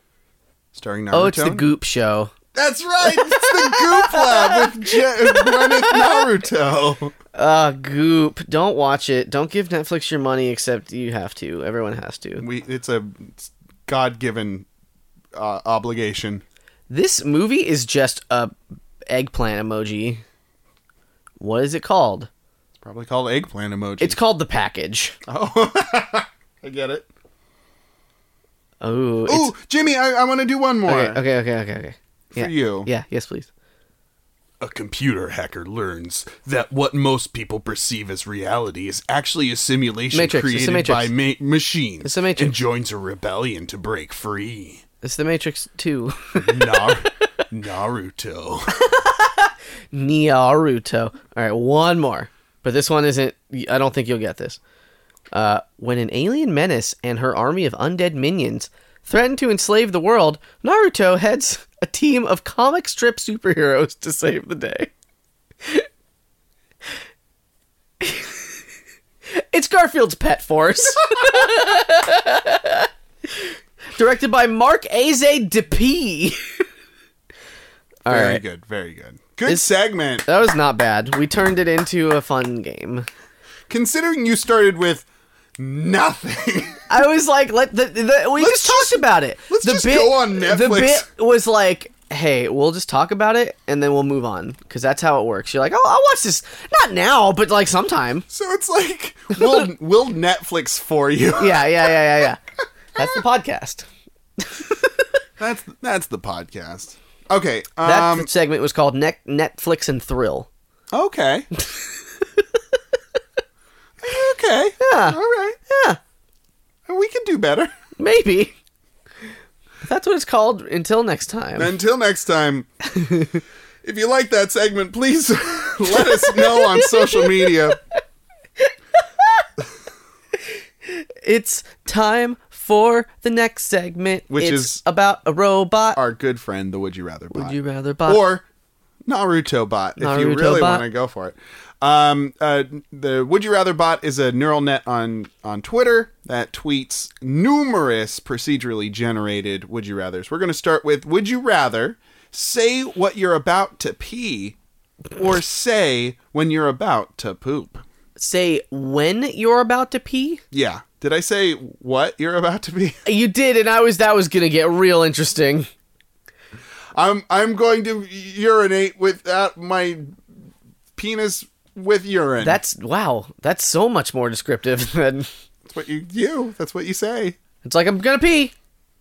Starring Naruto.
Oh, it's the Goop Show.
That's right. It's the Goop Lab with Je- Gwyneth Naruto.
Uh, Goop. Don't watch it. Don't give Netflix your money, except you have to. Everyone has to.
We it's a God given uh, obligation.
This movie is just a eggplant emoji. What is it called?
It's probably called eggplant emoji.
It's called the package.
oh, I get it.
Oh, it's
Ooh, Jimmy, I, I want to do one more
okay, okay, okay, okay, okay.
for
yeah.
you.
Yeah, yes, please.
A computer hacker learns that what most people perceive as reality is actually a simulation
Matrix, it's a
created
matrix.
by ma- machines
It's a matrix.
and joins a rebellion to break free.
It's the Matrix Two.
Nar- Naruto.
Naruto. All right, one more, but this one isn't. I don't think you'll get this. Uh, when an alien menace and her army of undead minions threaten to enslave the world, Naruto heads a team of comic strip superheroes to save the day. it's Garfield's Pet Force. Directed by Mark Aze DePee. All
very
right. Uh-
good, very good. Good segment.
That was not bad. We turned it into a fun game.
Considering you started with nothing.
I was like, let the, the we
Let's
just talked
just-
about it.
let's
the
just go on
The
Netflix.
bit was like, hey, we'll just talk about it and then we'll move on because that's how it works. You're like, oh, I'll watch this not now, but like sometime.
so it's like we'll we'll Netflix for you.
Yeah, yeah, yeah, yeah, yeah. that's the podcast.
That's that's the podcast. Okay.
That
Um
segment was called Net- Netflix and Thrill.
Okay. okay.
Yeah.
All right.
Yeah,
We can do better.
maybe. That's what it's called. Until next time.
Until next time, if you like that segment, please let us know on social media.
It's time for the next segment,
Which
It's
is-
about a robot.
Our good friend, the Would You Rather Bot.
Would you rather bot?
or Naruto bot if you
Naruto
really
bot.
want to go for it. Um, uh, the Would You Rather bot is a neural net on on Twitter that tweets numerous procedurally generated Would You Rather's. We're going to start with Would you rather say what you're about to pee or say when you're about to poop?
say when you're about to pee.
Yeah. Did I say what you're about to pee?
You did, and I was that was gonna get real interesting.
I'm I'm going to urinate without my penis with urine.
That's wow. That's so much more descriptive than
That's what you do. That's what you say.
it's like I'm gonna pee.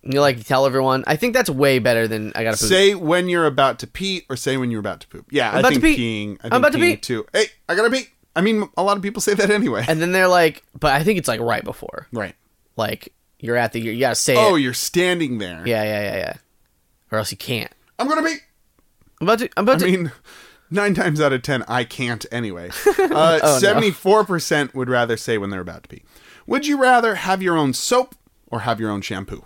And you like tell everyone. I think that's way better than I gotta poop.
Say when you're about to pee, or say when you're about to poop. Yeah, i
about
think
to pee.
peeing. I think
I'm about to
peeing
pee.
too. Hey, I gotta pee. I mean, a lot of people say that anyway.
and then they're like, but I think it's like right before.
right.
Like you're at the you gotta say
Oh,
it.
you're standing there.
Yeah, yeah, yeah, yeah. Or else you can't.
I'm gonna pee.
I'm about to. I'm about
I
to.
mean, nine times out of ten, I can't anyway. Uh,
Oh,
Seventy-four percent would rather say when they're about to pee. Would you rather have your own soap or have your own shampoo?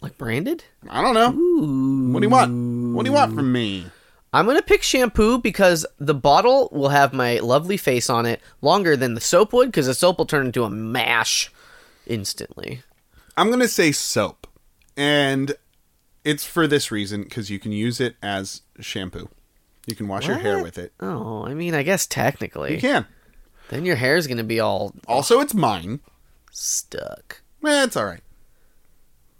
like branded.
I don't know. What do you want? What do you want from me?
I'm gonna pick shampoo because the bottle will have my lovely face on it longer than the soap would, because the soap will turn into a mash instantly.
I'm going to say soap. And it's for this reason because you can use it as shampoo. You can wash your hair
What?
with it.
Oh, I mean, I guess
You
technically,
can.
then your hair's gonna be all
Also, it's mine.
stuck.
Eh, it's all right.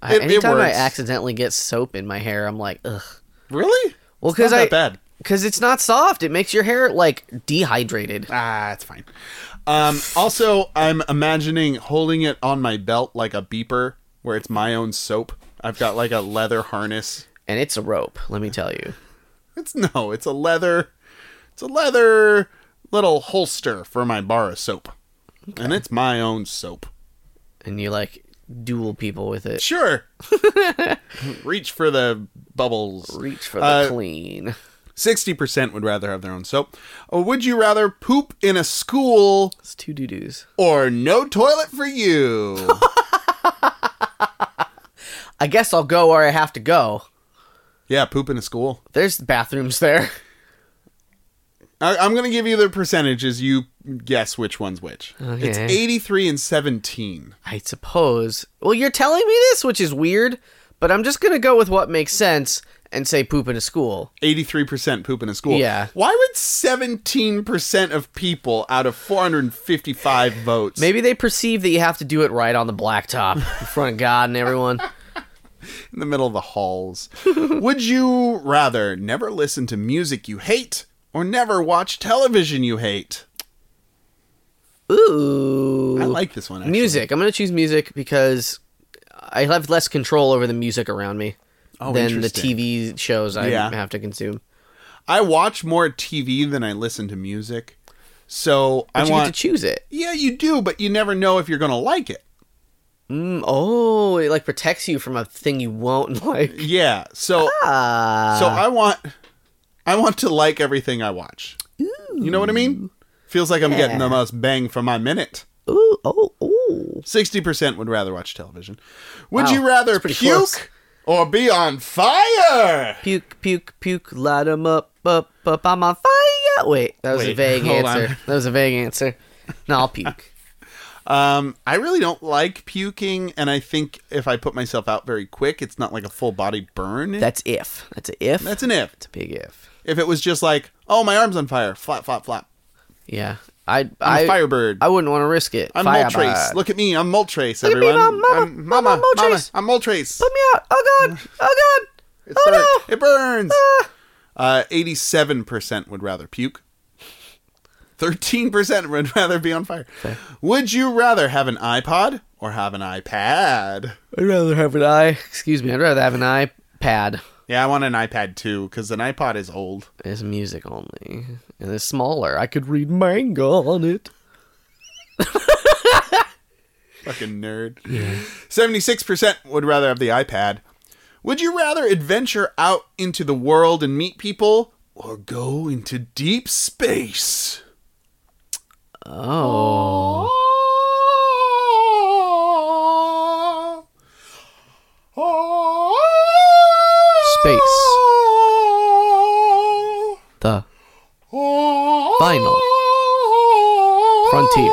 I-
It- it
Anytime I
works.
accidentally get soap in my hair, I'm like, ugh.
Really?
Well,
It's not
because I
that bad.
because it's not soft. It makes your hair like dehydrated.
Ah, it's fine. Um, also, I'm imagining holding it on my belt like a beeper where it's my own soap. I've got like a leather harness.
And it's a rope, let me tell you.
It's no, it's a leather. It's a leather little holster for my bar of soap. And it's my own soap.
And you like duel people with it.
Sure. Reach for the bubbles.
Reach for the
Uh,
clean.
60% would rather have their own soap. Or would you rather poop in a school
It's two doo doos.
or no toilet for you?
I guess I'll go where I have to go.
yeah, poop in a school.
There's bathrooms there.
I, I'm going to give you the percentages. You guess which one's which. It's
Okay.
83 and 17.
I suppose. Well, you're telling me this, which is weird, but I'm just gonna go with what makes sense and say poop in a school.
83% poop in a school.
Yeah.
Why would 17% of people out of 455 votes?
Maybe they perceive that you have to do it right on the blacktop in front of God and everyone.
in the middle of the halls. Would you rather never listen to music you hate or never watch television you hate?
Ooh.
I like this one. Actually.
Music. I'm gonna choose music because I have less control over the music around me
Oh,
than the
interesting.
TV shows I
Yeah.
have to consume.
I watch more TV than I listen to music. So
But
I
you
want
get to choose it.
Yeah, you do, but you never know if you're going to like it.
Mm, oh, it like protects you from a thing you won't like.
Yeah. So
Ah.
so I want I want to like everything I watch. You know what I mean? Feels like I'm getting the most bang for my minute.
Ooh, oh, ooh.
60% would rather watch television. Would
Wow,
you rather
that's pretty
puke
close.
or be on fire?
Puke, puke, puke, light 'em up, up, up, I'm on fire. Wait, that was a
Wait,
vague
hold
answer.
on.
That was a vague answer. No, I'll puke.
Um, I really don't like puking, and I think if I put myself out very quick, it's not like a full body burn.
That's if. That's a if.
That's an if.
It's a big if.
If it was just like, oh, my arm's on fire, flap, flap, flap.
Yeah. I,
I'm
I,
a firebird.
I wouldn't want to risk it.
I'm
Firebird.
Moltres. Look at me, I'm Moltres,
at me,
everyone.
Mom, Mama,
I'm,
Mama,
Mama, Mama,
Moltres.
I'm Moltres.
Put me out. Oh, God. Oh, God.
It,
oh,
burnt.
no. Ah.
it burns. Uh, 87% would rather puke. 13% would rather be on fire. Would you rather have an iPod or have an iPad?
I'd rather have an eye. Excuse me. I'd rather have an iPad.
Yeah, I want an iPad too, because an iPod is old.
It's music only. And it's smaller. I could read manga on it.
Fucking nerd. 76% would rather have the iPad. Would you rather adventure out into the world and meet people or go into deep space?
Oh.
Space.
The Final frontier.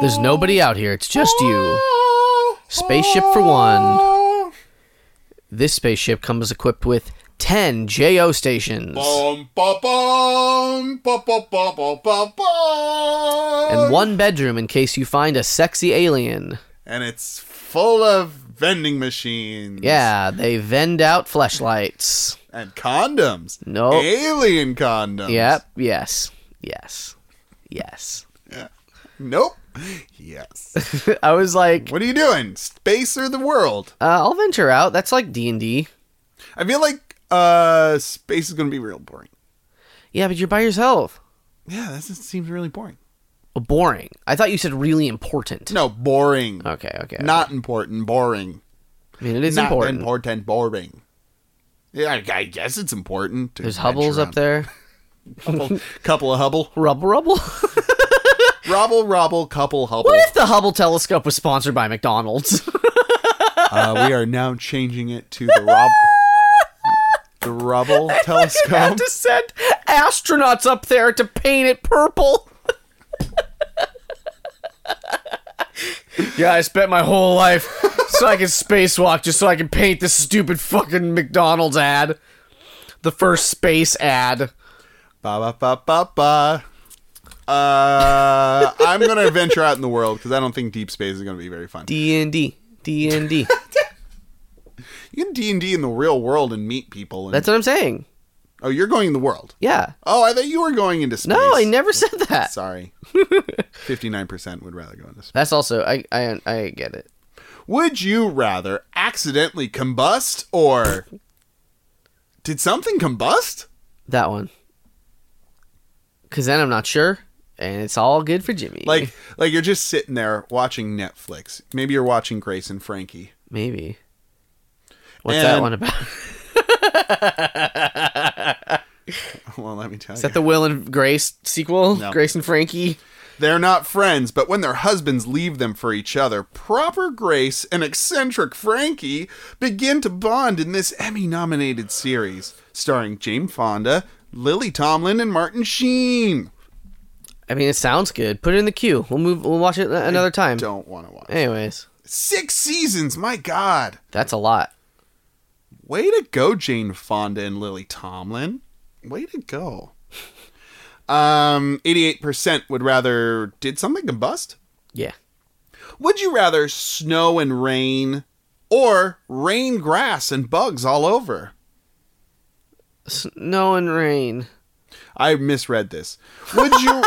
There's nobody out here. It's just you. Spaceship for one. This spaceship comes equipped with 10 JO stations
Bum, ba, bum, ba, ba, ba, ba, ba, ba.
and one bedroom in case you find a sexy alien.
And it's full of vending machines.
Yeah, they vend out fleshlights.
And condoms.
No.
Alien condoms.
Yep, yes, yes, yes.
Nope. Yes.
I was like, uh,
what are you doing? Space or the world?
I'll venture out. That's like D&D.
I feel like uh space is gonna be real boring.
Yeah, but you're by yourself.
Yeah, that just seems really boring.
Boring. I thought you said really important.
No, boring.
Okay, okay.
Not important, boring.
I mean, it is
Not
important.
important, boring. Yeah, I- I guess it's important. to
There's
venture
Hubbles
out.
up there.
couple, couple of Hubble,
Rubble, rubble.
robble, robble, couple Hubble.
What if the Hubble telescope was sponsored by McDonald's?
Uh, we are now changing it to the rob, the rubble telescope.
Had to send astronauts up there to paint it purple. yeah, I spent my whole life so I can spacewalk, just so I can paint this stupid fucking McDonald's ad. The first space ad.
Ba ba ba ba ba. Uh, I'm gonna venture out in the world because I don't think deep space is gonna be very fun.
D and D. D and D.
You can D and D in the real world and meet people. And,
That's what I'm saying.
oh, you're going in the world.
Yeah.
Oh, I thought you were going into space.
No, I never said that.
Sorry. Fifty nine percent would rather go into space.
That's also I I I get it.
Would you rather accidentally combust or did something combust?
That one. Cause then I'm not sure, and it's all good for Jimmy.
Like, like you're just sitting there watching Netflix. Maybe you're watching Grace and Frankie.
Maybe. What's that
And-
one about?
Well, let me tell
Is
you,
that the Will and Grace sequel?
No.
Grace and Frankie?
they're not friends. But when their husbands leave them for each other, proper Grace and eccentric Frankie begin to bond in this Emmy-nominated series starring Jane Fonda, Lily Tomlin, and Martin Sheen.
I mean, it sounds good. Put it in the queue. We'll move. We'll watch it a- another time.
Don't want to watch
Anyways,
six seasons. My God,
that's a lot.
way to go, Jane Fonda and Lily Tomlin. Way to go. Um, 88% would rather did something combust?
Yeah.
Would you rather snow and rain or rain, grass, and bugs all over?
Snow and rain.
I misread this. Would you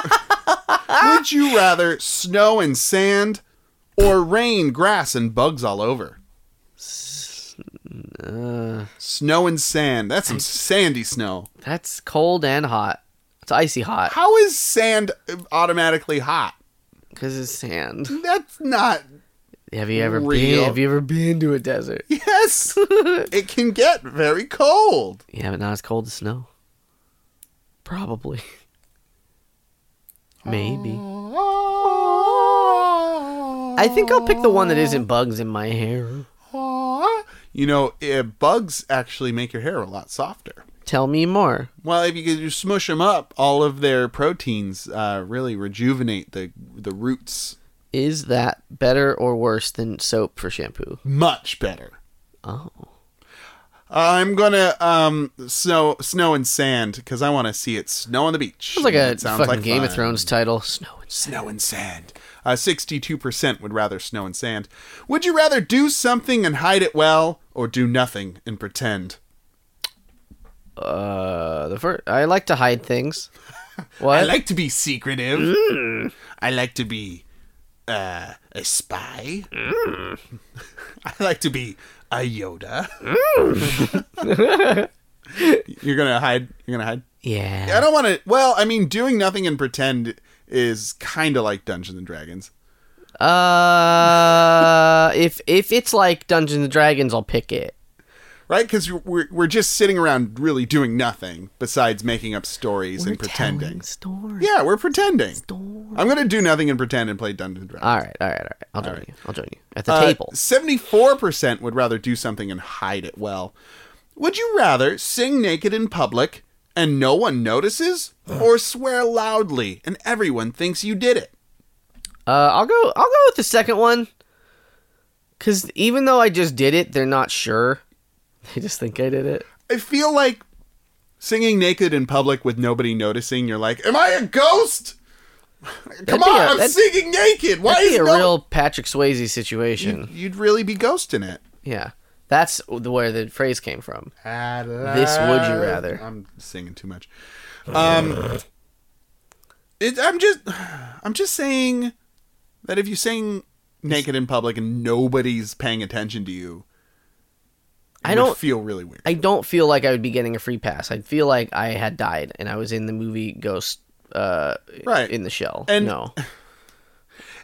would you rather snow and sand or rain, grass, and bugs all over?
Uh,
Snow and sand. That's some sandy snow.
That's cold and hot. It's icy hot
How is sand automatically hot?
because it's sand.
That's not.
Have you ever
Real.
been? Have you ever been to a desert?
Yes, it can get very cold.
Yeah, but not as cold as snow. Probably. Maybe. I think I'll pick the one that isn't bugs in my hair.
You know, eh, bugs actually make your hair a lot softer.
Tell me more.
Well, if you could just smush them up, all of their proteins uh, really rejuvenate the the roots
Is that better or worse than soap for shampoo?
much better.
Oh.
I'm gonna um snow snow and sand because I want to see it snow on the beach.
Sounds like a
It sounds
fucking
like
Game of
fun.
Thrones title. Snow and sand.
Snow and sand. Uh, 62% would rather snow and sand. Would you rather do something and hide it well, or do nothing and pretend?
Uh, the first, I like to hide things. What?
I like to be secretive. I like to be uh, a spy. I like to be a Yoda. you're gonna hide. You're gonna hide.
yeah.
I don't want to. Well, I mean, doing nothing and pretend is kind of like Dungeons and Dragons.
Uh, if if it's like Dungeons and Dragons, I'll pick it.
right? Because we're we're just sitting around really doing nothing besides making up stories and pretending.
Story.
Yeah, we're pretending.
Story.
I'm gonna do nothing and pretend and play Dungeons and Dragons.
All right, all right, all right. I'll join you. I'll join you at the
Uh,
Uh, table.
Seventy-four percent would rather do something and hide it well. Would you rather sing naked in public and no one notices, or swear loudly and everyone thinks you did it?
Uh, I'll go. I'll go with the second one. Cause even though I just did it, they're not sure. They just think I did it.
I feel like singing naked in public with nobody noticing. You're like, am I a ghost? Come
be
on,
a-
i I'm
that'd-
singing naked. Why
That'd
is
be a
no
real Patrick Swayze situation.
You'd really be ghosting it.
yeah, that's the where the phrase came from.
This
would you rather.
I'm singing too much. Um, it, I'm just, I'm just saying that if you sing naked in public and nobody's paying attention to you,
I
it would
don't-
feel really weird.
I don't feel like I would be getting a free pass. I'd feel like I had died and I was in the movie Ghost. Uh,
Right.
in the shell.
And-
no,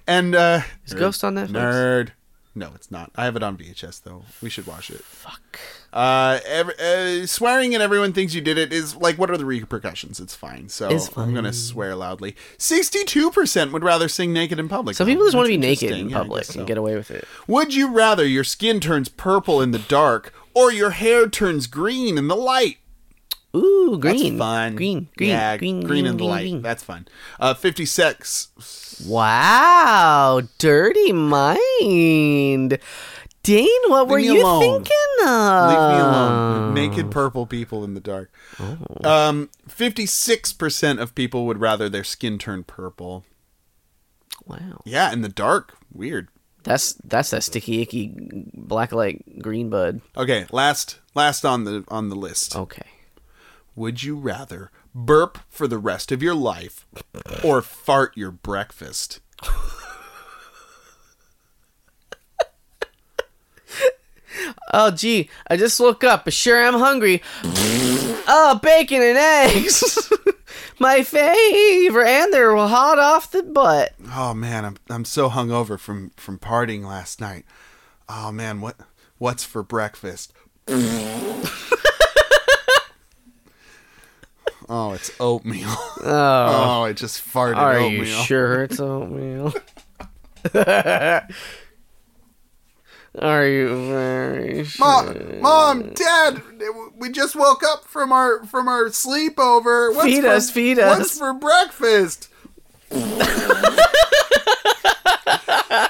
and uh,
Is Ghost on Netflix?
Nerd. No, it's not. I have it on VHS though. We should watch it.
fuck.
Uh, every, uh, swearing and everyone thinks you did it is like, what are the repercussions? It's fine. So
It's
I'm gonna swear loudly. Sixty-two percent would rather sing naked in public.
Some people just
That's
want to be naked
interesting.
in
Yeah, I
public
guess so.
and get away with it.
Would you rather your skin turns purple in the dark or your hair turns green in the light?
Ooh, green,
That's fun.
green, green,
yeah,
green,
green, in the light.
green.
That's fun. Uh, fifty-six.
Wow, dirty mind. Dane, what were
me
you
alone.
thinking of?
Leave me
Oh.
alone. Naked purple people in the dark. Um, fifty-six percent of people would rather their skin turn purple.
Wow.
Yeah, in the dark. Weird.
That's that's that sticky icky black light green bud.
Okay, last last on the on the list.
Okay.
Would you rather burp for the rest of your life or fart your breakfast?
Oh gee, I just woke up, but sure I'm hungry. oh, bacon and eggs. My favorite and they're hot off the butt.
Oh man, I'm I'm so hungover from from partying last night. Oh man, what what's for breakfast? oh, it's oatmeal.
Oh,
Oh, I just farted
are
oatmeal.
you sure it's oatmeal? are you very sure?
Mom, mom, dad, we just woke up from our from our sleepover. What's
Feed
for,
us, feed
What's
us.
for breakfast?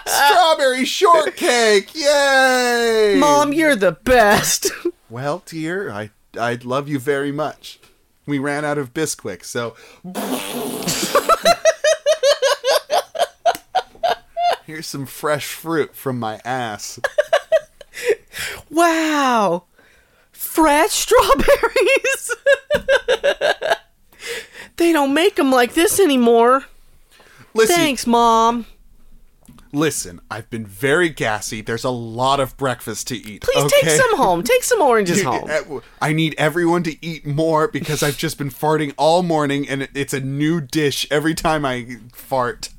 Strawberry shortcake. Yay!
Mom, you're the best.
Well, dear, I I love you very much. We ran out of Bisquick, so here's some fresh fruit from my ass.
wow. Fresh strawberries. they don't make them like this anymore.
Listen,
Thanks, Mom.
listen. I've been very gassy. There's a lot of breakfast to eat.
Please
okay?
take some home. Take some oranges
You-
home.
uh, I need everyone to eat more because I've just been farting all morning, and it- it's a new dish every time I fart.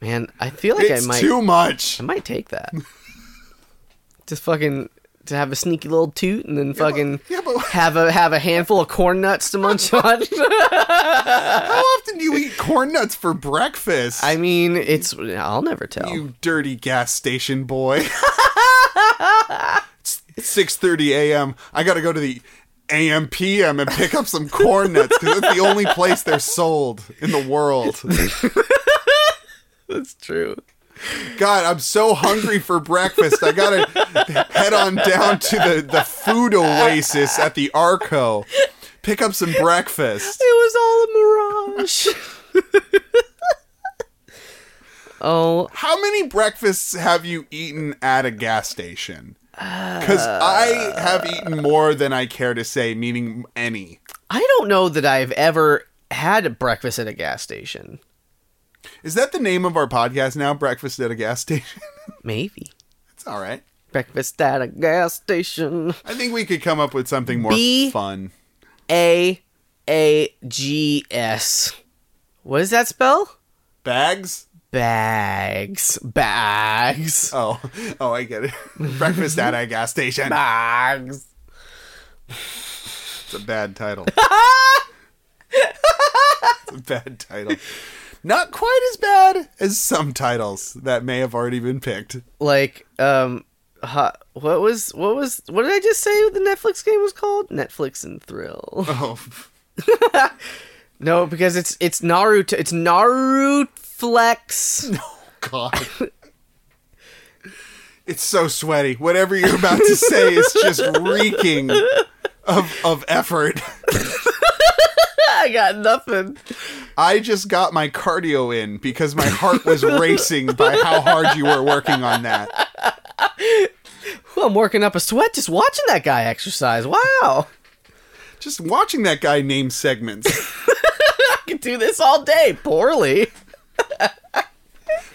Man, I feel like
It's
I might
too much.
I might take that. Just fucking to have a sneaky little toot and then fucking
yeah, but-
have a have a handful of corn nuts to munch on.
How often do you eat corn nuts for breakfast?
I mean, it's I'll never tell.
You dirty gas station boy. it's 6:30 a.m. I got to go to the AM PM and pick up some corn nuts cuz it's the only place they're sold in the world.
That's true.
God, I'm so hungry for breakfast. I got to head on down to the the food oasis at the Arco. Pick up some breakfast.
It was all a mirage. oh,
How many breakfasts have you eaten at a gas station? Cuz I have eaten more than I care to say, meaning any.
I don't know that I've ever had a breakfast at a gas station.
Is that the name of our podcast now? Breakfast at a gas station.
Maybe
it's all right.
breakfast at a gas station.
I think we could come up with something more
B-
fun.
A A G S. What does that spell?
Bags?
Bags. Bags.
Oh, oh, I get it. Breakfast at a gas station.
Bags.
It's a bad title. it's a bad title. Not quite as bad as some titles that may have already been picked.
Like, um, hot. What was, what was, what did I just say the Netflix game was called? Netflix and Thrill.
Oh,
No, because it's, it's Naruto. It's Narutflex.
oh God. It's so sweaty. Whatever you're about to say is just reeking of, of effort.
I got nothing.
I just got my cardio in because my heart was racing by how hard you were working on that.
Well, I'm working up a sweat just watching that guy exercise. Wow.
Just watching that guy name segments
I could do this all day poorly.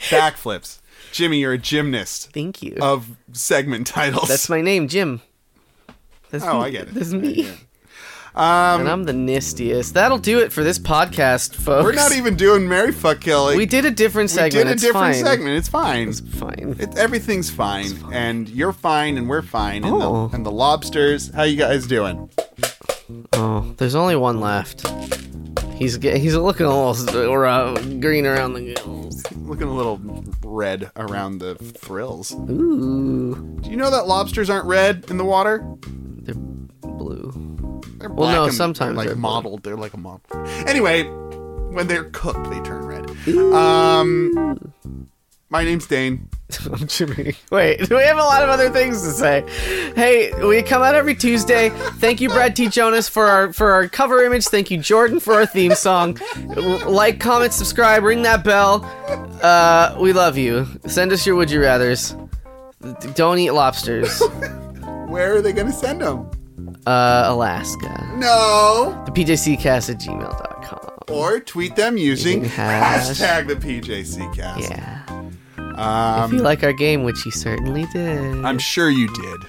backflips. Jimmy, you're a gymnast
Thank you.
of segment titles.
That's my name, Jim. That's
Oh, I get it. Um,
That's me. and I'm the nistiest. That'll do it for this podcast, folks.
We're not even doing Mary Fuck Kill. It-
We did a different segment.
did a
it's
different
fine.
segment. It's fine.
Fine.
It, everything's fine. and you're fine, and we're fine, and,
Oh.
the, and the lobsters. How you guys doing?
Oh, there's only one left. He's get, he's looking a little or, uh, green around the gills.
Looking a little red around the frills.
Ooh,
Do you know that lobsters aren't red in the water?
they're blue.
They're
Well,
black
no,
and
sometimes
like
they're blue.
mottled. They're like a model. Anyway, when they're cooked, they turn red. Um, my name's Dane.
I'm Jimmy. Wait, we have a lot of other things to say. Hey, we come out every Tuesday. Thank you, Brad T. Jonas, for our for our cover image. Thank you, Jordan, for our theme song. L- Like, comment, subscribe, ring that bell. Uh, we love you. Send us your would you rather's. D- Don't eat lobsters.
Where are they gonna send them?
Uh, Alaska.
No.
The PJCcast at gmail.com.
Or tweet them using
Hash-
hashtag the PJCcast.
Yeah.
Um,
If you like our game, which you certainly did,
I'm sure you did.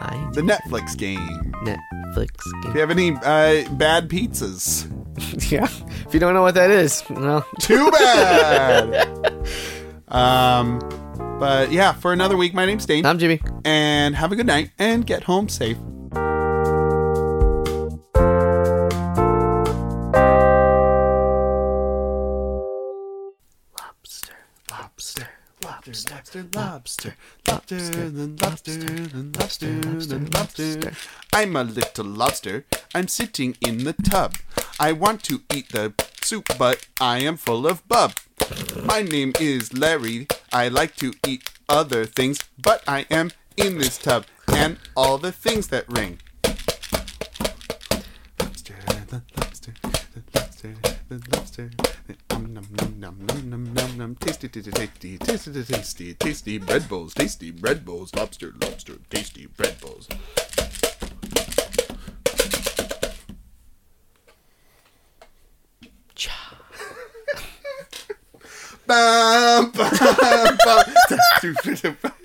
I
The Netflix game.
did Netflix
If
game.
you have any uh, bad pizzas,
Yeah. If you don't know what that is, well,
too bad. um, but yeah, for another week, my name's Dane.
I'm Jimmy.
and have a good night and get home safe.
Lobster, lobster,
Lobster, lobster, lobster, then lobster, then lobster, then lobster. I'm a little lobster. I'm sitting in the tub. I want to eat the soup, but I am full of bub. My name is Larry. I like to eat other things, but I am in this tub and all the things that ring. Lobster, the lobster, the lobster, the lobster. Um, num, num, num, num, num, num, num. Tasty, tasty, tasty, tasty, tasty, tasty bread bowls, tasty bread bowls, lobster, lobster, tasty bread bowls. Bum, bum, bum.